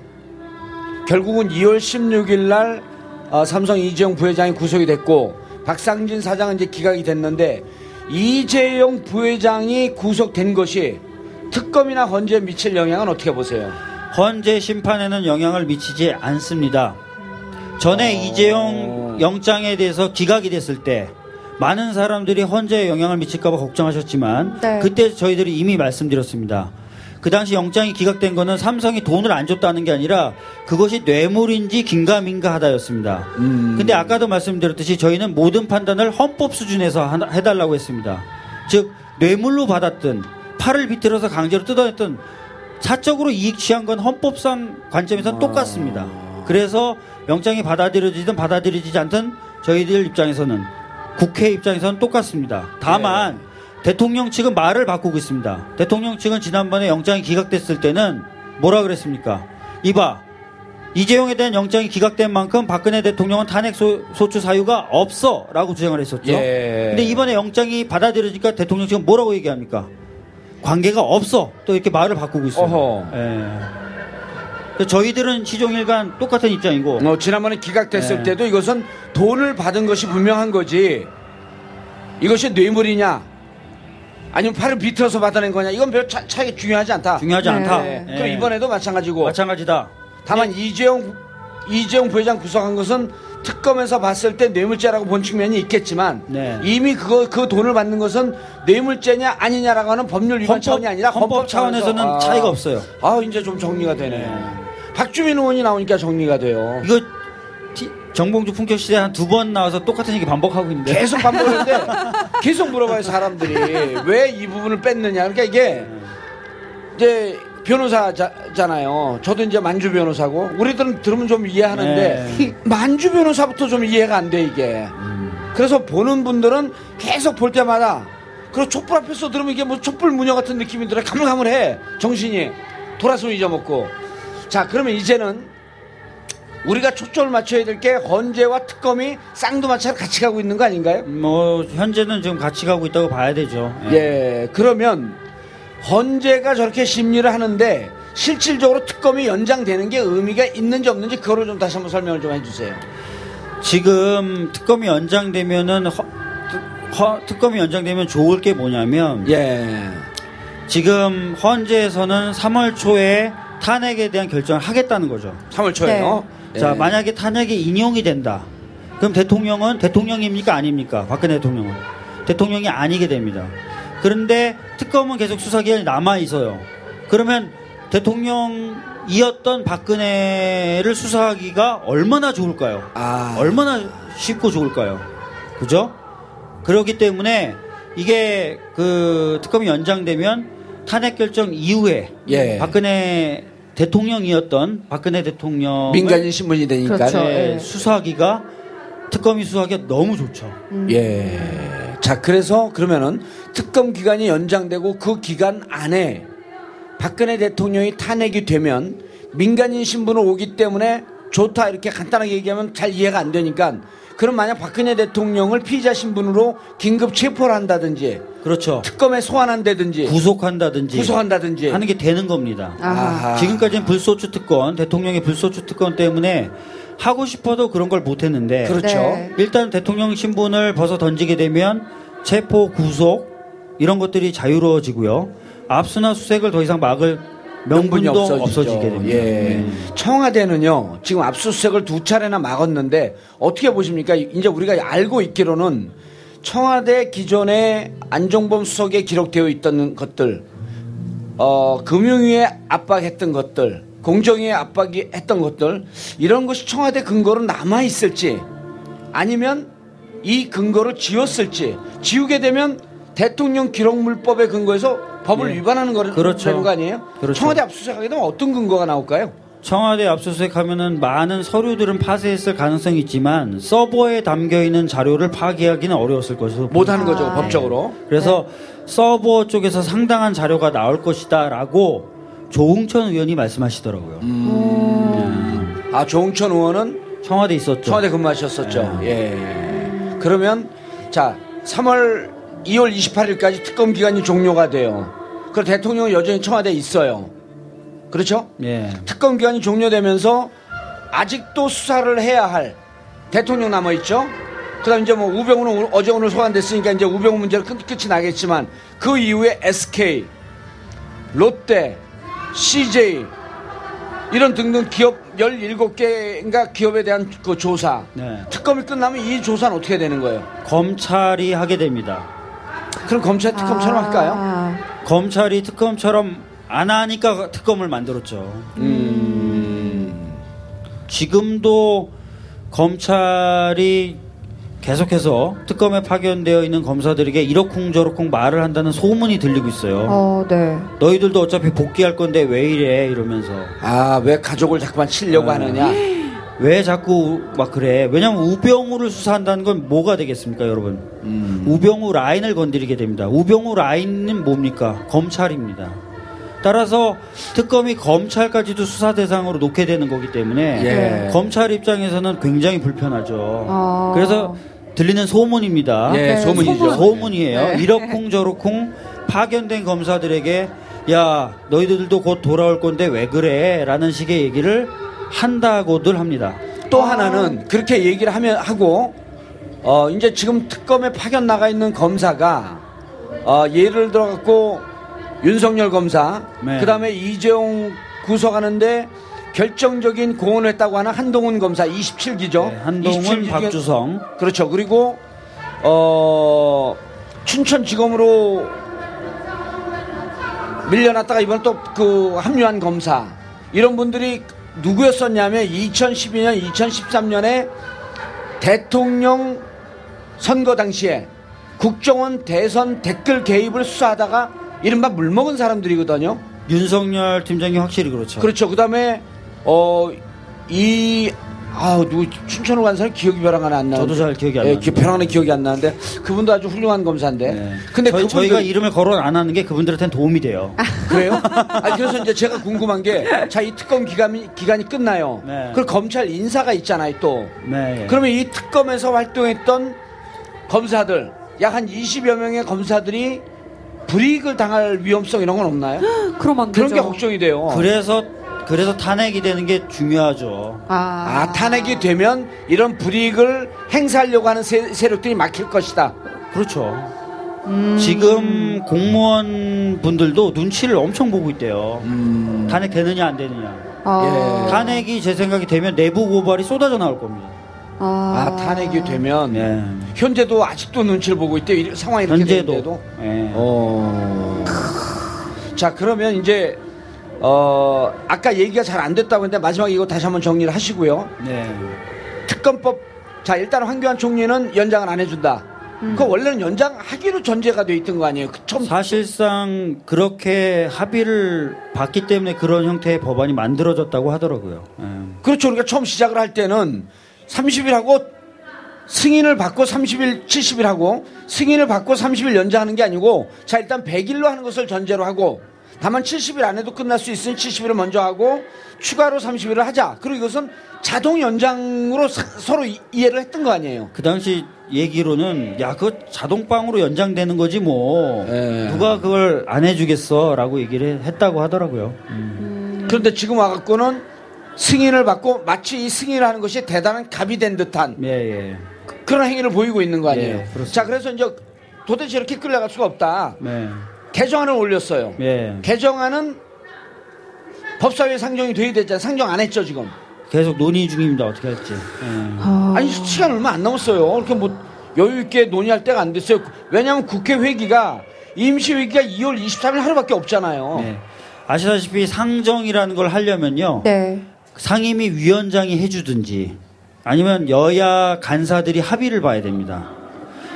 S2: 결국은 2월 16일 날 어, 삼성 이재용 부회장이 구속이 됐고 박상진 사장은 이제 기각이 됐는데 이재용 부회장이 구속된 것이 특검이나 헌재에 미칠 영향은 어떻게 보세요?
S1: 헌재 심판에는 영향을 미치지 않습니다. 전에 이재용 영장에 대해서 기각이 됐을 때 많은 사람들이 헌재에 영향을 미칠까봐 걱정하셨지만
S3: 네.
S1: 그때 저희들이 이미 말씀드렸습니다. 그 당시 영장이 기각된 거는 삼성이 돈을 안 줬다는 게 아니라 그것이 뇌물인지 긴가민가 하다였습니다. 근데 아까도 말씀드렸듯이 저희는 모든 판단을 헌법 수준에서 하- 해달라고 했습니다. 즉 뇌물로 받았든 팔을 비틀어서 강제로 뜯어냈든 사적으로 이익 취한 건 헌법상 관점에서 똑같습니다. 그래서 영장이 받아들여지든 받아들여지지 않든 저희들 입장에서는 국회 입장에서는 똑같습니다. 다만 대통령 측은 말을 바꾸고 있습니다. 대통령 측은 지난번에 영장이 기각됐을 때는 뭐라 그랬습니까? 이봐 이재용에 대한 영장이 기각된 만큼 박근혜 대통령은 탄핵 소, 소추 사유가 없어라고 주장을 했었죠.
S2: 예.
S1: 근데 이번에 영장이 받아들여지니까 대통령 지금 뭐라고 얘기합니까? 관계가 없어 또 이렇게 말을 바꾸고 있어요.
S2: 어허.
S1: 예. 그래서 저희들은 시종일관 똑같은 입장이고
S2: 어, 지난번에 기각됐을
S1: 네.
S2: 때도 이것은 돈을 받은 것이 분명한 거지. 이것이 뇌물이냐? 아니면 팔을 비틀어서 받아낸 거냐? 이건 별 차, 차이 중요하지 않다.
S1: 중요하지
S3: 네.
S1: 않다.
S2: 네.
S1: 예.
S2: 그럼 이번에도 뭐? 마찬가지고.
S1: 마찬가지다. 네.
S2: 다만 이재용 이재용 부회장 구속한 것은 특검에서 봤을 때 뇌물죄라고 본 측면이 있겠지만
S1: 네.
S2: 이미 그거 그 돈을 받는 것은 뇌물죄냐 아니냐라고 하는 법률 위반
S1: 헌법-
S2: 차원이 아니라 헌법,
S1: 헌법 차원에서는
S2: 차원에서- 아.
S1: 차이가 없어요.
S2: 아 이제 좀 정리가 되네. 박주민 의원이 나오니까 정리가 돼요.
S1: 이거 티- 정봉주 품격 시대 한 두 번 나와서 똑같은 얘기 반복하고 있는데
S2: 계속 반복하는데 계속 물어봐요 사람들이 왜 이 부분을 뺐느냐 그러니까 이게
S1: 음,
S2: 이제 변호사잖아요 저도 이제 만주 변호사고 우리들은 들으면 좀 이해하는데
S1: 네.
S2: 만주 변호사부터 좀 이해가 안 돼 이게 그래서 보는 분들은 계속 볼 때마다 그리고 촛불 앞에서 들으면 이게 뭐 촛불 무녀 같은 느낌이 들어 가물가물해 정신이 돌아서 잊어먹고 자 그러면 이제는 우리가 초점을 맞춰야 될 게 헌재와 특검이 쌍두마차로 같이 가고 있는 거 아닌가요?
S1: 뭐 현재는 지금 같이 가고 있다고 봐야 되죠. 예.
S2: 예, 그러면 헌재가 저렇게 심리를 하는데 실질적으로 특검이 연장되는 게 의미가 있는지 없는지 그거를 좀 다시 한번 설명을 좀 해주세요.
S1: 지금 특검이 연장되면은 허- 특- 허- 특검이 연장되면 좋을 게 뭐냐면
S2: 예,
S1: 지금 헌재에서는 3월 초에 탄핵에 대한 결정을 하겠다는 거죠.
S2: 3월 초에요.
S3: 네.
S2: 예.
S1: 자, 만약에 탄핵이 인용이 된다. 그럼 대통령은 대통령입니까? 아닙니까? 박근혜 대통령은. 대통령이 아니게 됩니다. 그런데 특검은 계속 수사기간이 남아있어요. 그러면 대통령이었던 박근혜를 수사하기가 얼마나 좋을까요?
S2: 아,
S1: 얼마나 쉽고 좋을까요? 그죠? 그렇기 때문에 이게 그 특검이 연장되면 탄핵 결정 이후에
S2: 예.
S1: 박근혜 대통령이었던 박근혜 대통령
S2: 민간인 어, 신분이 되니까.
S3: 그렇죠. 예.
S1: 수사하기가 특검이 수사하기가 너무 좋죠.
S2: 예. 자, 그래서 그러면은 특검 기간이 연장되고 그 기간 안에 박근혜 대통령이 탄핵이 되면 민간인 신분으로 오기 때문에 좋다 이렇게 간단하게 얘기하면 잘 이해가 안 되니까 그럼 만약 박근혜 대통령을 피의자 신분으로 긴급 체포를 한다든지
S1: 그렇죠.
S2: 특검에 소환한다든지
S1: 구속한다든지
S2: 구속한다든지
S1: 하는 게 되는 겁니다.
S3: 아하.
S1: 지금까지는 불소추 특권, 대통령의 불소추 특권 때문에 하고 싶어도 그런 걸 못 했는데
S2: 그렇죠.
S3: 네.
S1: 일단 대통령 신분을 벗어 던지게 되면 체포 구속 이런 것들이 자유로워지고요. 압수나 수색을 더 이상 막을 명분도
S2: 없어지죠.
S1: 없어지게 됩니다. 네.
S2: 예. 청와대는요 지금 압수수색을 두 차례나 막았는데 어떻게 보십니까? 이제 우리가 알고 있기로는 청와대 기존의 안종범 수석에 기록되어 있던 것들, 어, 금융위에 압박했던 것들, 공정위에 압박이 했던 것들 이런 것이 청와대 근거로 남아 있을지 아니면 이 근거를 지웠을지 지우게 되면 대통령 기록물법의 근거에서 법을
S1: 예.
S2: 위반하는 거를
S1: 그렇죠.
S2: 되는 거 아니에요?
S1: 그렇죠.
S2: 청와대 압수수색하게 되면 어떤 근거가 나올까요?
S1: 청와대 압수수색하면은 많은 서류들은 파쇄했을 가능성이 있지만 서버에 담겨 있는 자료를 파기하기는 어려웠을 것으로
S2: 못 하는 네. 거죠
S3: 아,
S2: 법적으로.
S1: 그래서 서버 쪽에서 상당한 자료가 나올 것이다라고 조홍천 의원이 말씀하시더라고요.
S2: 음.
S1: 예.
S2: 아 조홍천 의원은
S1: 청와대 있었죠.
S2: 청와대 근무하셨었죠. 예. 그러면 자 3월 2월 28일까지 특검 기간이 종료가 돼요. 그리고 대통령은 여전히 청와대에 있어요. 그렇죠?
S1: 예.
S2: 특검 기간이 종료되면서 아직도 수사를 해야 할 대통령 남아 있죠. 그다음 이제 뭐 우병우는 오늘- 어제 오늘 소환됐으니까 이제 우병우 문제는 끝, 끝이 나겠지만 그 이후에 SK, 롯데, CJ 이런 등등 기업 17개인가 기업에 대한 그 조사.
S1: 네.
S2: 특검이 끝나면 이 조사는 어떻게 되는 거예요?
S1: 검찰이 하게 됩니다.
S2: 그럼 검찰 특검처럼 할까요?
S3: 아.
S1: 검찰이 특검처럼 안 하니까 특검을 만들었죠. 지금도 검찰이 계속해서 특검에 파견되어 있는 검사들에게 이러쿵저러쿵 말을 한다는 소문이 들리고 있어요.
S3: 어, 네.
S1: 너희들도 어차피 복귀할 건데 왜 이래 이러면서
S2: 아, 왜 가족을 자꾸만 치려고 하느냐?
S1: 왜 자꾸 막 그래? 왜냐면 우병우를 수사한다는 건 뭐가 되겠습니까, 여러분? 우병우 라인을 건드리게 됩니다. 우병우 라인은 뭡니까? 검찰입니다. 따라서 특검이 검찰까지도 수사 대상으로 놓게 되는 거기 때문에
S2: 예.
S1: 검찰 입장에서는 굉장히 불편하죠.
S3: 아.
S1: 그래서 들리는 소문입니다.
S2: 예,
S3: 네,
S2: 소문이죠.
S1: 소문. 이에요
S3: 네.
S1: 이러쿵 저러쿵 파견된 검사들에게 야 너희들도 곧 돌아올 건데 왜 그래?라는 식의 얘기를 한다고들 합니다.
S2: 또 하나는 그렇게 얘기를 하면 하고 어 이제 지금 특검에 파견 나가 있는 검사가 어 예를 들어 갖고 윤석열 검사
S1: 네.
S2: 그다음에 이재용 구속하는데 결정적인 공헌을 했다고 하는 한동훈 검사 27기죠.
S1: 네, 한동훈,
S2: 27기 가-
S1: 박주성.
S2: 그렇죠. 그리고 어 춘천지검으로 밀려났다가 이번에 또 그 합류한 검사 이런 분들이 누구였었냐면 2012년, 2013년에 대통령 선거 당시에 국정원 대선 댓글 개입을 수사하다가 이른바 물먹은 사람들이거든요.
S1: 윤석열 팀장이 확실히 그렇죠.
S2: 그렇죠. 그다음에 어, 어이 아, 누구 춘천으로 간 사람 기억이 벼랑 하나 안 나는데.
S1: 저도 잘 기억이 안
S2: 예,
S1: 나는데.
S2: 기- 벼랑 하나 기억이 안 나는데 그분도 아주 훌륭한 검사인데.
S1: 네.
S2: 예. 근데
S1: 저희,
S2: 그분들-
S1: 저희가 이름을 거론 안 하는 게 그분들한테는 도움이 돼요.
S2: 그래요? 아, 그래서 이제 제가 궁금한 게 자 이 특검 기간이 기간이 끝나요.
S1: 네.
S2: 그리고 검찰 인사가 있잖아요, 또.
S1: 네. 예.
S2: 그러면 이 특검에서 활동했던 검사들 약 한 20여 명의 검사들이 불이익을 당할 위험성 이런 건 없나요?
S3: 그럼 안 되죠.
S2: 그런 게 걱정이 돼요.
S1: 그래서 그래서 탄핵이 되는 게 중요하죠.
S3: 아,
S2: 아, 탄핵이 되면 이런 불이익을 행사하려고 하는 세, 세력들이 막힐 것이다.
S1: 그렇죠.
S2: 음.
S1: 지금 공무원 분들도 눈치를 엄청 보고 있대요. 탄핵 되느냐 안 되느냐.
S3: 아,
S2: 예.
S1: 탄핵이 제 생각이 되면 내부 고발이 쏟아져 나올 겁니다.
S2: 아, 탄핵이 되면
S1: 예.
S2: 현재도 아직도 눈치를 보고 있대요. 이- 상황이 이렇게
S1: 현재도
S2: 되는데도.
S1: 예.
S2: 어. 자, 그러면 이제 어, 아까 얘기가 잘 안 됐다고 했는데 마지막에 이거 다시 한번 정리를 하시고요.
S1: 네.
S2: 특검법 자, 일단 황교안 총리는 연장을 안 해준다. 그거 원래는 연장하기로 전제가 돼 있던 거 아니에요? 그 처음
S1: 사실상 그렇게 합의를 받기 때문에 그런 형태의 법안이 만들어졌다고 하더라고요. 예.
S2: 그렇죠. 우리가 처음 시작을 할 때는 30일 하고 승인을 받고 30일, 70일 하고 승인을 받고 30일 연장하는 게 아니고 자, 일단 100일로 하는 것을 전제로 하고 다만 70일 안에도 끝날 수 있으니 70일을 먼저 하고 추가로 30일을 하자. 그리고 이것은 자동 연장으로 사- 서로 이, 해를 했던 거 아니에요.
S1: 그 당시 얘기로는 야 그거 자동빵으로 연장되는 거지 뭐
S2: 예.
S1: 누가 그걸 안 해주겠어라고 얘기를 했다고 하더라고요.
S2: 그런데 지금 와갖고는 승인을 받고 마치 이 승인을 하는 것이 대단한 갑이 된 듯한
S1: 예 예.
S2: 그런 행위를 보이고 있는 거 아니에요.
S1: 예, 그렇습니다.
S2: 자, 그래서 이제 도대체 이렇게 끌려갈 수가 없다.
S1: 네.
S2: 개정안을 올렸어요.
S1: 예.
S2: 개정안은 법사위에 상정이 돼야 되잖아요. 상정 안 했죠, 지금.
S1: 계속 논의 중입니다. 어떻게 할지. 예.
S3: 어,
S2: 아니, 시간 얼마 안 남았어요. 이렇게 뭐 여유있게 논의할 때가 안 됐어요. 왜냐하면 국회 회기가 임시회기가 2월 23일 하루밖에 없잖아요.
S1: 네. 아시다시피 상정이라는 걸 하려면요
S3: 네.
S1: 상임위 위원장이 해주든지 아니면 여야 간사들이 합의를 봐야 됩니다.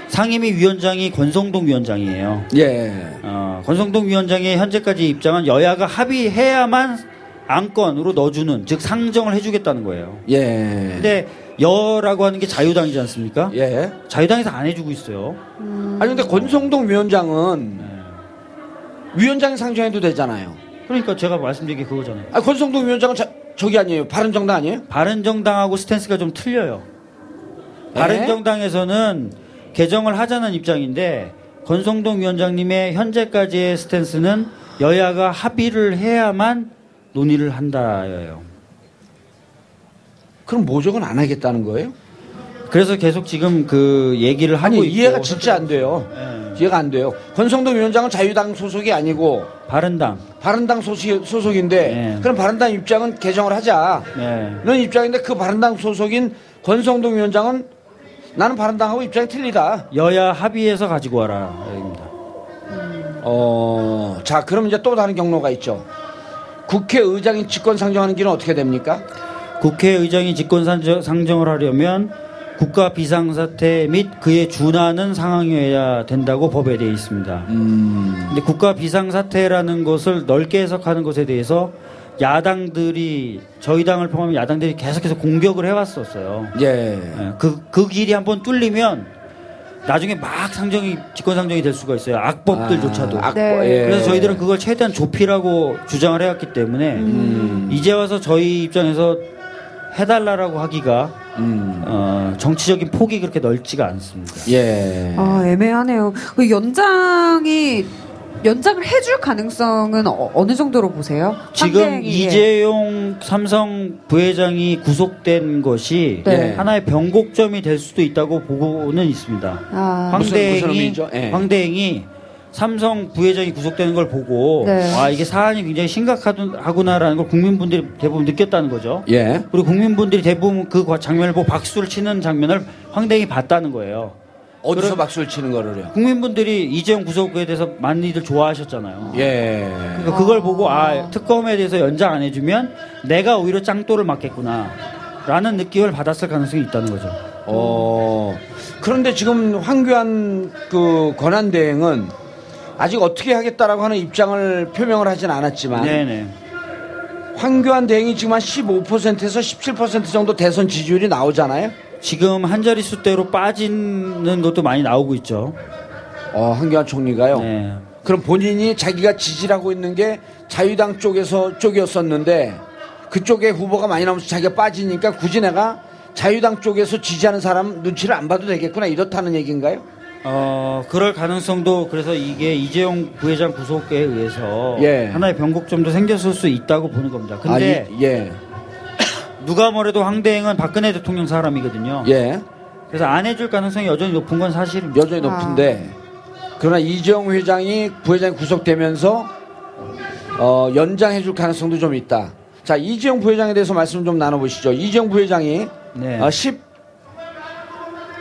S1: 상임위 위원장이 권성동 위원장이에요.
S2: 예.
S1: 어, 권성동 위원장의 현재까지 입장은 여야가 합의해야만 안건으로 넣어주는 즉 상정을 해주겠다는 거예요.
S2: 예.
S1: 근데 여라고 하는 게 자유당이지 않습니까?
S2: 예.
S1: 자유당에서 안 해주고 있어요.
S2: 아니, 근데 권성동 위원장은 위원장이 상정해도 되잖아요.
S1: 그러니까 제가 말씀드린 게 그거잖아요.
S2: 아, 권성동 위원장은 저, 저기 아니에요. 바른정당 아니에요?
S1: 바른정당하고 스탠스가 좀 틀려요. 바른정당에서는 개정을 하자는 입장인데 권성동 위원장님의 현재까지의 스탠스는 여야가 합의를 해야만 논의를 한다예요.
S2: 그럼 모적은 안 하겠다는 거예요?
S1: 그래서 계속 지금 그 얘기를 하고
S2: 아니
S1: 있고
S2: 이해가 진짜 안 돼요.
S1: 예.
S2: 이해가 안 돼요. 권성동 위원장은 자유당 소속이 아니고
S1: 바른당.
S2: 바른당 소속, 소속인데
S1: 예.
S2: 그럼 바른당 입장은 개정을 하자는
S1: 예.
S2: 입장인데 그 바른당 소속인 권성동 위원장은 나는 바른당하고 입장이 틀리다.
S1: 여야 합의해서 가지고 와라. 입니다.
S2: 어, 자 그럼 이제 또 다른 경로가 있죠. 국회의장이 직권 상정하는 길은 어떻게 됩니까?
S1: 국회의장이 직권상정을 하려면 국가 비상사태 및 그에 준하는 상황이어야 된다고 법에 되어 있습니다.
S2: 음,
S1: 근데 국가 비상사태라는 것을 넓게 해석하는 것에 대해서 야당들이 저희 당을 포함해 야당들이 계속해서 공격을 해왔었어요.
S2: 예.
S1: 예, 그, 그 길이 한번 뚫리면 나중에 막 상정이 직권상정이 될 수가 있어요. 악법들조차도.
S2: 아, 악보,
S3: 네.
S2: 예.
S1: 그래서 저희들은 그걸 최대한 좁히라고 주장을 해왔기 때문에 이제 와서 저희 입장에서 해달라라고 하기가
S2: 음.
S1: 어, 정치적인 폭이 그렇게 넓지가 않습니다.
S2: 예.
S3: 아, 애매하네요. 그 연장이 연장을 해줄 가능성은 어, 느 정도로 보세요?
S1: 지금
S3: 상대에게.
S1: 이재용 삼성 부회장이 구속된 것이
S3: 네.
S1: 하나의 변곡점이 될 수도 있다고 보고는 있습니다.
S3: 아,
S2: 무슨- 무슨
S1: 황대행이
S2: 의미죠? 예.
S1: 황대행이 삼성 부회장이 구속되는 걸 보고
S3: 네.
S1: 아 이게 사안이 굉장히 심각하구나라는 걸 국민분들이 대부분 느꼈다는 거죠.
S2: 예.
S1: 그리고 국민분들이 대부분 그 과- 장면을 보고 박수를 치는 장면을 황대행이 봤다는 거예요.
S2: 어디서
S1: 그럼-
S2: 박수를 치는 거를요?
S1: 국민분들이 이재용 구속에 대해서 많이들 좋아하셨잖아요.
S2: 예.
S1: 그러니까 그걸 보고 아 특검에 대해서 연장 안 해주면 내가 오히려 짱돌을 맞겠구나라는 느낌을 받았을 가능성이 있다는 거죠.
S2: 어. 그런데 지금 황교안 그 권한 대행은 아직 어떻게 하겠다라고 하는 입장을 표명을 하진 않았지만
S1: 네네.
S2: 황교안 대행이 지금 한 15%에서 17% 정도 대선 지지율이 나오잖아요.
S1: 지금 한 자릿수대로 빠지는 것도 많이 나오고 있죠.
S2: 어, 황교안 총리가요.
S1: 네.
S2: 그럼 본인이 자기가 지지하고 있는 게 자유당 쪽에서 쪽이었었는데 그쪽에 후보가 많이 나오면서 자기가 빠지니까 굳이 내가 자유당 쪽에서 지지하는 사람 눈치를 안 봐도 되겠구나 이렇다는 얘기인가요?
S1: 어, 그럴 가능성도 그래서 이게 이재용 부회장 구속에 의해서
S2: 예.
S1: 하나의 변곡점도 생겼을 수 있다고 보는 겁니다. 근데
S2: 아, 이- 예.
S1: 누가 뭐래도 황대행은 박근혜 대통령 사람이거든요.
S2: 예.
S1: 그래서 안 해줄 가능성이 여전히 높은 건 사실입니다.
S2: 여전히 높은데 그러나 이재용 회장이 부회장이 구속되면서 어, 연장해 줄 가능성도 좀 있다. 자, 이재용 부회장에 대해서 말씀 좀 나눠 보시죠. 이재용 부회장이
S1: 네.
S2: 어, 10,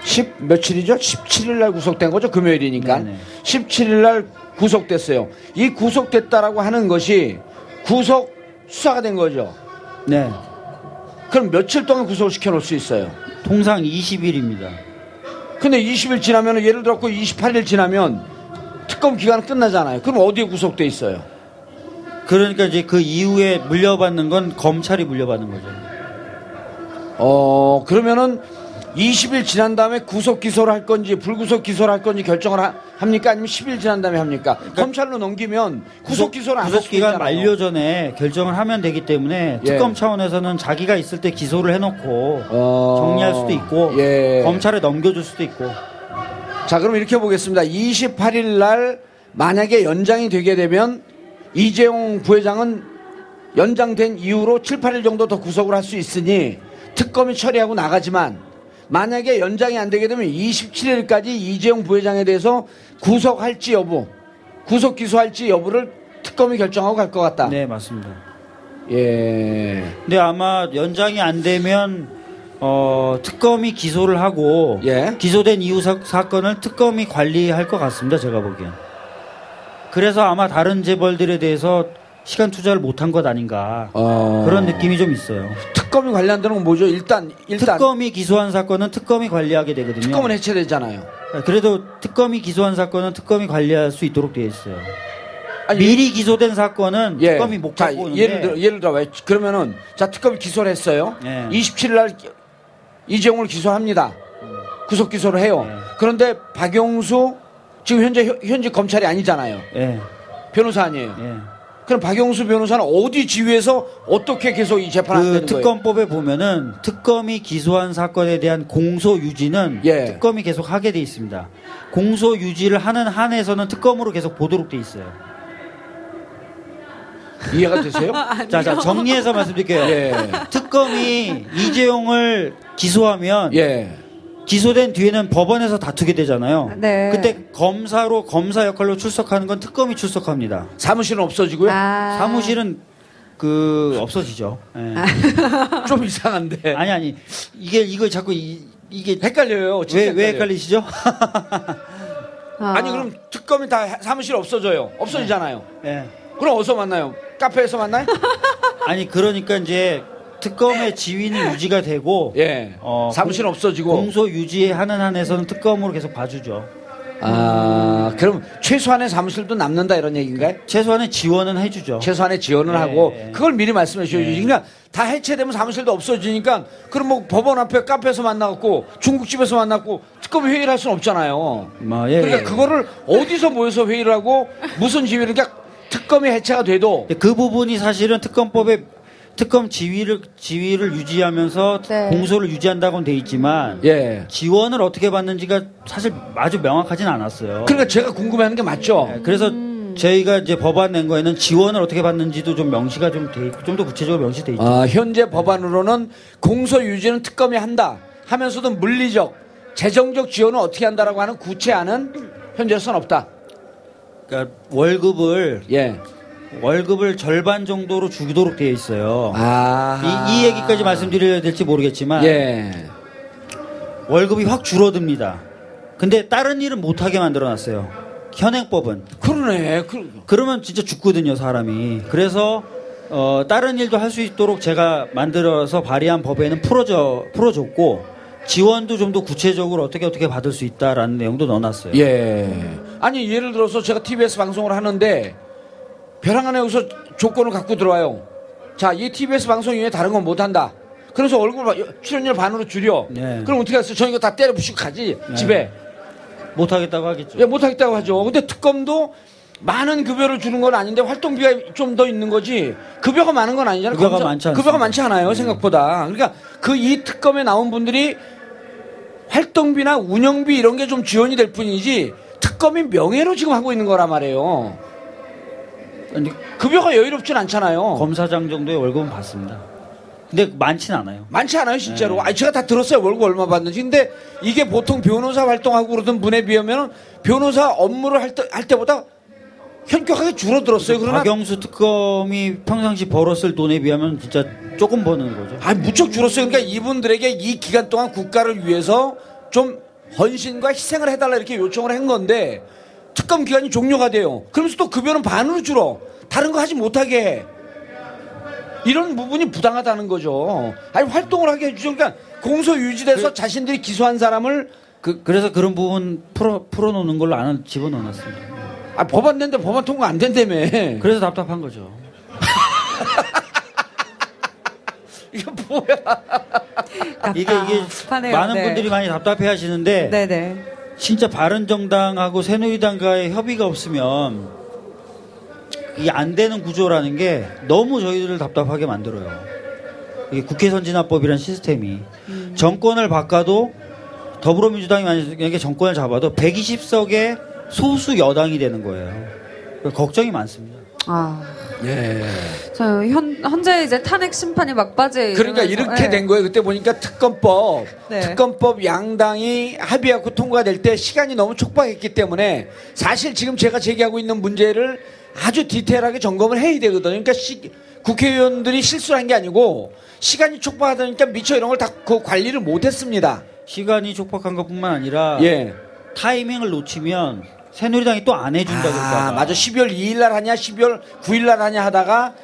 S2: 10 며칠이죠? 17일 날 구속된 거죠? 금요일이니까.
S1: 네네.
S2: 17일 날 구속됐어요. 이 구속됐다라고 하는 것이 구속 수사가 된 거죠.
S1: 네.
S2: 그럼 며칠 동안 구속을 시켜 놓을 수 있어요.
S1: 통상 20일입니다.
S2: 근데 20일 지나면 예를 들어 그 28일 지나면 특검 기간 끝나잖아요. 그럼 어디에 구속돼 있어요?
S1: 그러니까 이제 그 이후에 물려받는 건 검찰이 물려받는 거죠.
S2: 어 그러면은 20일 지난 다음에 구속 기소를 할 건지 불구속 기소를 할 건지 결정을 하, 합니까? 아니면 10일 지난 다음에 합니까? 검찰로 넘기면 구속 기소를 안할
S1: 그러니까 구속
S2: 수도
S1: 기간
S2: 있잖아요.
S1: 만료 전에 결정을 하면 되기 때문에
S2: 예.
S1: 특검 차원에서는 자기가 있을 때 기소를 해놓고
S2: 어,
S1: 정리할 수도 있고
S2: 예.
S1: 검찰에 넘겨줄 수도 있고
S2: 자 그럼 이렇게 보겠습니다. 28일 날 만약에 연장이 되게 되면 이재용 부회장은 연장된 이후로 7, 8일 정도 더 구속을 할 수 있으니 특검이 처리하고 나가지만 만약에 연장이 안 되게 되면 27일까지 이재용 부회장에 대해서 구속할지 여부, 구속 기소할지 여부를 특검이 결정하고 갈 것 같다.
S1: 네 맞습니다.
S2: 예.
S1: 근데 아마 연장이 안 되면 어, 특검이 기소를 하고
S2: 예.
S1: 기소된 이후 사, 사건을 특검이 관리할 것 같습니다. 제가 보기엔. 그래서 아마 다른 재벌들에 대해서 시간 투자를 못한 것 아닌가
S2: 어.
S1: 그런 느낌이 좀 있어요.
S2: 특검이 관련되는 건 뭐죠? 일단 일단
S1: 특검이 기소한 사건은 특검이 관리하게 되거든요. 네,
S2: 특검은 해체되잖아요.
S1: 그래도 특검이 기소한 사건은 특검이 관리할 수 있도록 되어 있어요.
S2: 아니,
S1: 미리 기소된 사건은 특검이 못
S2: 예. 자,
S1: 갖고 오는데
S2: 예를 들어 예를 들어 왜 그러면은 자 특검이 기소를 했어요.
S1: 예.
S2: 27일 날 이재용을 기소합니다. 구속 기소를 해요.
S1: 예.
S2: 그런데 박용수 지금 현재 현- 현재 검찰이 아니잖아요.
S1: 예,
S2: 변호사 아니에요.
S1: 예.
S2: 그럼 박용수 변호사는 어디 지위에서 어떻게 계속 이 재판 안
S1: 그
S2: 되는 거예요?
S1: 특검법에 보면은 특검이 기소한 사건에 대한 공소 유지는
S2: 예.
S1: 특검이 계속 하게 돼 있습니다. 공소 유지를 하는 한에서는 특검으로 계속 보도록 돼 있어요.
S2: 이해가 되세요?
S1: 자, 자 정리해서 말씀드릴게요.
S2: 예.
S1: 특검이 이재용을 기소하면
S2: 예.
S1: 기소된 뒤에는 법원에서 다투게 되잖아요.
S3: 네.
S1: 그때 검사로 검사 역할로 출석하는 건 특검이 출석합니다.
S2: 사무실은 없어지고요.
S3: 아.
S1: 사무실은 그 없어지죠. 예.
S3: 아.
S2: 좀 이상한데.
S1: 아니 아니 이게 이거 자꾸 이, 이게
S2: 헷갈려요.
S1: 왜,
S2: 진짜
S1: 왜
S2: 헷갈려요.
S1: 헷갈리시죠?
S3: 아.
S2: 아니 그럼 특검이 다 해- 사무실 없어져요. 없어지잖아요.
S1: 예.
S2: 그럼 어디서 만나요? 카페에서 만나요?
S1: 아니 그러니까 이제 특검의 지위는 유지가 되고
S2: 예.
S1: 어,
S2: 사무실
S1: 공-
S2: 없어지고.
S1: 공소 유지하는 한에서는 특검으로 계속 봐주죠.
S2: 아 그럼 최소한의 사무실도 남는다 이런 얘기인가요?
S1: 최소한의 지원은 해주죠.
S2: 최소한의 지원을
S1: 네.
S2: 하고 그걸 미리 말씀해 주셔야죠. 그러니까 다 해체되면 사무실도 없어지니까 그럼 뭐 법원 앞에 카페에서 만나갖고 중국집에서 만났고 특검 회의를 할 수는 없잖아요.
S1: 뭐, 예,
S2: 그러니까
S1: 예.
S2: 그거를 어디서 모여서 회의를 하고 무슨 지위를 그러니까 특검이 해체가 돼도
S1: 근데 그 부분이 사실은 특검법에 특검 지위를 지위를 유지하면서
S3: 네.
S1: 공소를 유지한다고는 돼 있지만
S2: 예.
S1: 지원을 어떻게 받는지가 사실 아주 명확하진 않았어요.
S2: 그러니까 제가 궁금해하는 게 맞죠.
S1: 네, 그래서 저희가 이제 법안 낸 거에는 지원을 어떻게 받는지도 좀 명시가 좀돼좀 더 구체적으로 명시돼 있죠.
S2: 아, 현재 법안으로는 공소 유지는 특검이 한다 하면서도 물리적, 재정적 지원은 어떻게 한다라고 하는 구체안은 현재선 없다.
S1: 그러니까 월급을
S2: 예.
S1: 월급을 절반 정도로 주도록 되어 있어요.
S2: 아.
S1: 이, 이 얘기까지 말씀드려야 될지 모르겠지만
S2: 예.
S1: 월급이 확 줄어듭니다. 근데 다른 일은 못하게 만들어놨어요. 현행법은
S2: 그러네. 그,
S1: 그러면 진짜 죽거든요 사람이. 그래서 어, 다른 일도 할 수 있도록 제가 만들어서 발의한 법에는 풀어져 풀어줬고 지원도 좀 더 구체적으로 어떻게 어떻게 받을 수 있다라는 내용도 넣어놨어요.
S2: 예. 아니, 예를 들어서 제가 TBS 방송을 하는데 벼랑 안에 여기서 조건을 갖고 들어와요. 자, 이 TBS 방송 이외에 다른 건 못 한다. 그래서 얼굴 바- 출연료 반으로 줄여.
S1: 네.
S2: 그럼 어떻게 하겠어요? 저 이거 다 때려 부시고 가지.
S1: 네.
S2: 집에.
S1: 못하겠다고 하겠죠.
S2: 예, 못하겠다고 하죠. 근데 특검도 많은 급여를 주는 건 아닌데 활동비가 좀 더 있는 거지 급여가 많은 건 아니잖아요.
S1: 급여가 많지 않습니다. 네.
S2: 급여가 많지 않아요 생각보다. 그러니까 그 이 특검에 나온 분들이 활동비나 운영비 이런 게 좀 지원이 될 뿐이지 특검이 명예로 지금 하고 있는 거란 말이에요.
S1: 근데
S2: 급여가 여유롭진 않잖아요.
S1: 검사장 정도의 월급은 받습니다. 근데 많진 않아요.
S2: 많지 않아요 실제로.
S1: 네.
S2: 아니 제가 다 들었어요 월급 얼마 받는지. 근데 이게 보통 변호사 활동하고 그러던 분에 비하면 변호사 업무를 할, 때, 할 때보다 현격하게 줄어들었어요. 그러나
S1: 박영수 특검이 평상시 벌었을 돈에 비하면 진짜 조금 버는 거죠.
S2: 아, 무척 줄었어요. 그러니까 이분들에게 이 기간 동안 국가를 위해서 좀 헌신과 희생을 해달라 이렇게 요청을 한 건데 특검 기간이 종료가 돼요. 그러면서 또 급여는 반으로 줄어. 다른 거 하지 못하게 해. 이런 부분이 부당하다는 거죠. 아니 활동을 하게 해주죠. 그러니까 공소 유지돼서 자신들이 기소한 사람을
S1: 그, 그래서 그런 부분 풀어, 풀어놓는 걸로 안
S3: 네.
S1: 집어넣어놨습니다.
S2: 아, 법안 낸데 법안 통과 안 된다며.
S1: 그래서 답답한 거죠.
S2: 이게 뭐야?
S1: 이게, 이게
S3: 답답하네요.
S1: 많은
S3: 네.
S1: 분들이 많이 답답해 하시는데
S3: 네네.
S1: 진짜 바른정당하고 새누리당과의 협의가 없으면 이 안 되는 구조라는 게 너무 저희들을 답답하게 만들어요. 이게 국회 선진화법이란 시스템이 정권을 바꿔도 더불어민주당이 만약에 정권을 잡아도 120석의 소수 여당이 되는 거예요. 걱정이 많습니다.
S3: 아.
S2: 예.
S3: 저 현, 현재 이제 탄핵 심판이
S1: 네,
S3: 막바지에
S2: 그러니까
S3: 이르면서,
S2: 이렇게
S3: 예.
S2: 된 거예요. 그때 보니까 특검법,
S3: 네.
S2: 특검법 양당이 합의하고 통과될 때 시간이 너무 촉박했기 때문에 사실 지금 제가 제기하고 있는 문제를 아주 디테일하게 점검을 해야 되거든요. 그러니까 시- 국회의원들이 실수를 한 게 아니고 시간이 촉박하다니까 미처 이런 걸 다 그 관리를 못했습니다.
S1: 시간이 촉박한 것뿐만 아니라
S2: 예.
S1: 타이밍을 놓치면 새누리당이 또 안 해준다 그럴까
S2: 아, 맞아. 12월 2일 날 하냐, 12월 9일 날 하냐 하다가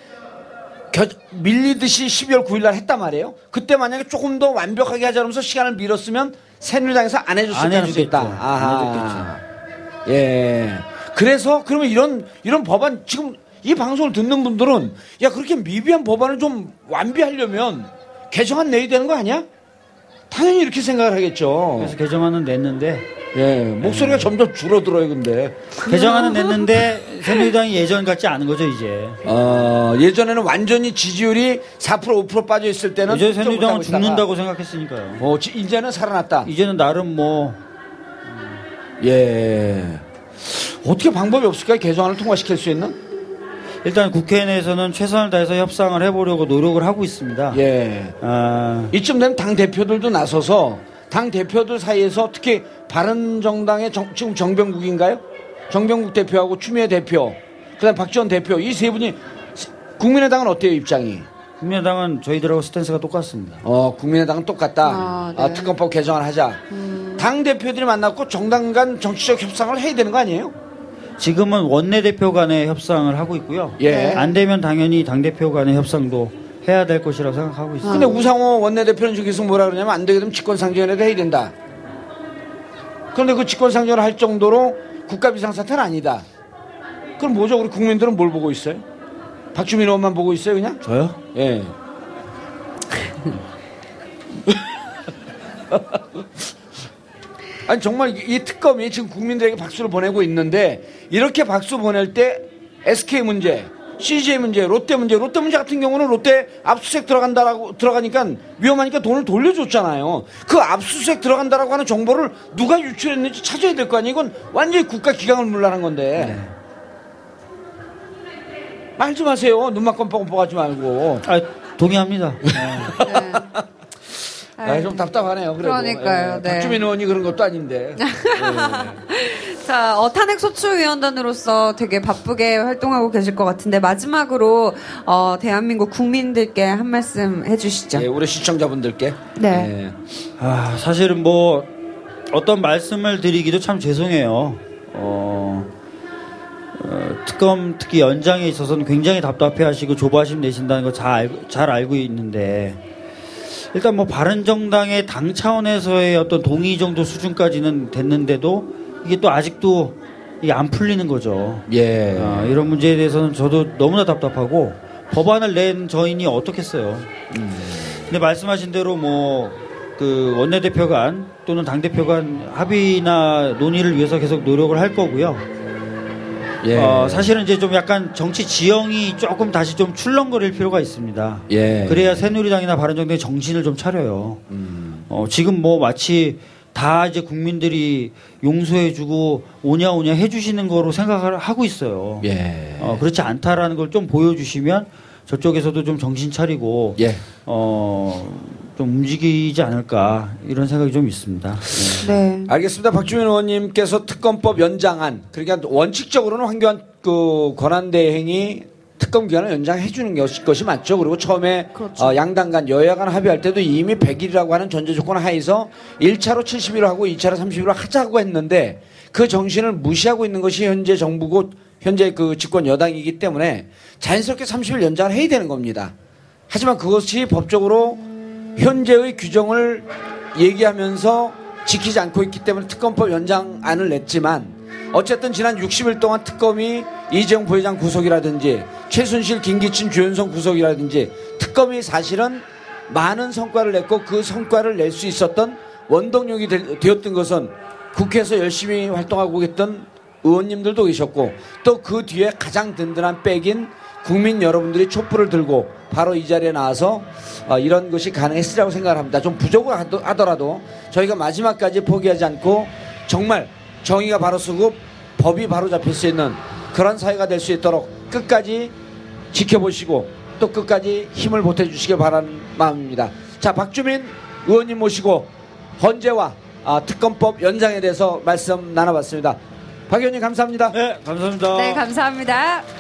S2: 겨, 밀리듯이 12월 9일 날 했단 말이에요. 그때 만약에 조금 더 완벽하게 하자면서 시간을 밀었으면 새누리당에서 안 해줬을
S1: 안
S2: 가능성이
S1: 해주겠죠.
S2: 있다. 아하. 예. 그래서 그러면 이런 이런 법안 지금 이 방송을 듣는 분들은 야 그렇게 미비한 법안을 좀 완비하려면 개정안 내야 되는 거 아니야? 당연히 이렇게 생각을 하겠죠.
S1: 그래서 개정안은 냈는데
S2: 예, 목소리가 점점 줄어들어요, 근데.
S1: 개정안은 냈는데 새누리당이 예전 같지 않은 거죠 이제.
S2: 어, 예전에는 완전히 지지율이 4% 5% 빠져 있을 때는
S1: 예전
S2: 걱정 못
S1: 새누리당은
S2: 하고 있다가
S1: 죽는다고 생각했으니까요.
S2: 어, 지- 이제는 살아났다.
S1: 이제는 나름 뭐
S2: 예. 어떻게 방법이 없을까요? 개정안을 통과시킬 수 있는?
S1: 일단 국회 내에서는 최선을 다해서 협상을 해보려고 노력을 하고 있습니다.
S2: 예.
S1: 아,
S2: 이쯤 되면 당 대표들도 나서서 당 대표들 사이에서 특히 바른정당의 정, 지금 정병국인가요? 정병국 대표하고 추미애 대표, 그다음 박지원 대표 이 세 분이 스- 국민의당은 어때요 입장이?
S1: 국민의당은 저희들하고 스탠스가 똑같습니다.
S2: 어 국민의당은 똑같다.
S3: 아, 네. 음.
S2: 아, 특검법 개정을 하자. 당 대표들이 만났고 정당 간 정치적 협상을 해야 되는 거 아니에요?
S1: 지금은 원내대표 간의 협상을 하고 있고요.
S3: 네.
S2: 예.
S3: 아.
S1: 안 되면 당연히 당대표 간의 협상도 해야 될 것이라고 생각하고 있습니다.
S2: 근데 우상호 원내대표는 지금 계속 뭐라 그러냐면 안 되게 되면 직권상정이라도 해야 된다. 그런데 그 직권상정을 할 정도로 국가 비상사태는 아니다. 그럼 뭐죠? 우리 국민들은 뭘 보고 있어요? 박주민 의원만 보고 있어요, 그냥?
S1: 저요?
S2: 예. 아니 정말 이- 이 특검이 지금 국민들에게 박수를 보내고 있는데 이렇게 박수 보낼 때 SK 문제, CJ 문제, 롯데 문제, 롯데 문제 같은 경우는 롯데 압수수색 들어간다라고 들어가니까 위험하니까 돈을 돌려줬잖아요. 그 압수수색 들어간다라고 하는 정보를 누가 유출했는지 찾아야 될 거 아니에요. 이건 완전히 국가 기강을 물라는 건데. 말 좀 하세요. 눈만 껌뻑껌뻑하지 말고.
S1: 아, 동의합니다.
S3: 네.
S2: 아, 좀 답답하네요. 그래도.
S3: 그러니까요,
S2: 예,
S3: 네.
S2: 박주민 의원이 그런 것도 아닌데.
S3: 자, 어, 탄핵 소추위원단으로서 되게 바쁘게 활동하고 계실 것 같은데 마지막으로 어, 대한민국 국민들께 한 말씀 해주시죠.
S2: 예, 우리 시청자분들께. 예.
S3: 네.
S1: 아, 사실은 뭐 어떤 말씀을 드리기도 참 죄송해요. 어, 어, 특검 특히 연장에 있어서는 굉장히 답답해하시고 조바심 내신다는 거 잘 알고, 잘 알고 있는데 일단 뭐 바른정당의 당 차원에서의 어떤 동의 정도 수준까지는 됐는데도 이게 또 아직도 이게 안 풀리는 거죠.
S2: 예. 예.
S1: 아, 이런 문제에 대해서는 저도 너무나 답답하고 법안을 낸 저인이 어떻겠어요. 근데 말씀하신 대로 뭐 그 원내대표 간 또는 당대표 간 합의나 논의를 위해서 계속 노력을 할 거고요.
S2: 예.
S1: 어, 사실은 이제 좀 약간 정치 지형이 조금 다시 좀 출렁거릴 필요가 있습니다.
S2: 예. 음.
S1: 그래야 새누리당이나 바른정당이 정신을 좀 차려요. 어, 지금 뭐 마치 다 이제 국민들이 용서해주고 오냐오냐 해주시는 거로 생각을 하고 있어요.
S2: 예.
S1: 어, 그렇지 않다라는 걸 좀 보여주시면 저쪽에서도 좀 정신 차리고
S2: 예.
S1: 어, 좀 움직이지 않을까 이런 생각이 좀 있습니다. 네.
S3: 네.
S2: 알겠습니다. 박주민 의원님께서 특검법 연장안 그러니까 원칙적으로는 황교안 그 권한 대행이 특검 기간을 연장해 주는 것이, 것이 맞죠. 그리고 처음에 어, 양당 간 여야 간 합의할 때도 이미 100일이라고 하는 전제 조건 하에서 1차로 70일 하고 2차로 30일로 하자고 했는데 그 정신을 무시하고 있는 것이 현재 정부고 현재 그 집권 여당이기 때문에 자연스럽게 30일 연장을 해야 되는 겁니다. 하지만 그것이 법적으로 현재의 규정을 얘기하면서 지키지 않고 있기 때문에 특검법 연장안을 냈지만 어쨌든 지난 60일 동안 특검이 이재용 부회장 구속이라든지 최순실, 김기춘, 조현성 구속이라든지 특검이 사실은 많은 성과를 냈고 그 성과를 낼 수 있었던 원동력이 되- 되었던 것은 국회에서 열심히 활동하고 있던 의원님들도 계셨고 또 그 뒤에 가장 든든한 백인 국민 여러분들이 촛불을 들고 바로 이 자리에 나와서 어, 이런 것이 가능했으라고 생각을 합니다. 좀 부족을 하더- 하더라도 저희가 마지막까지 포기하지 않고 정말 정의가 바로 서고 법이 바로 잡힐 수 있는 그런 사회가 될 수 있도록 끝까지 지켜보시고 또 끝까지 힘을 보태주시길 바라는 마음입니다. 자 박주민 의원님 모시고 헌재와 아, 특검법 연장에 대해서 말씀 나눠봤습니다. 박 의원님 감사합니다.
S1: 네, 감사합니다.
S3: 네, 감사합니다.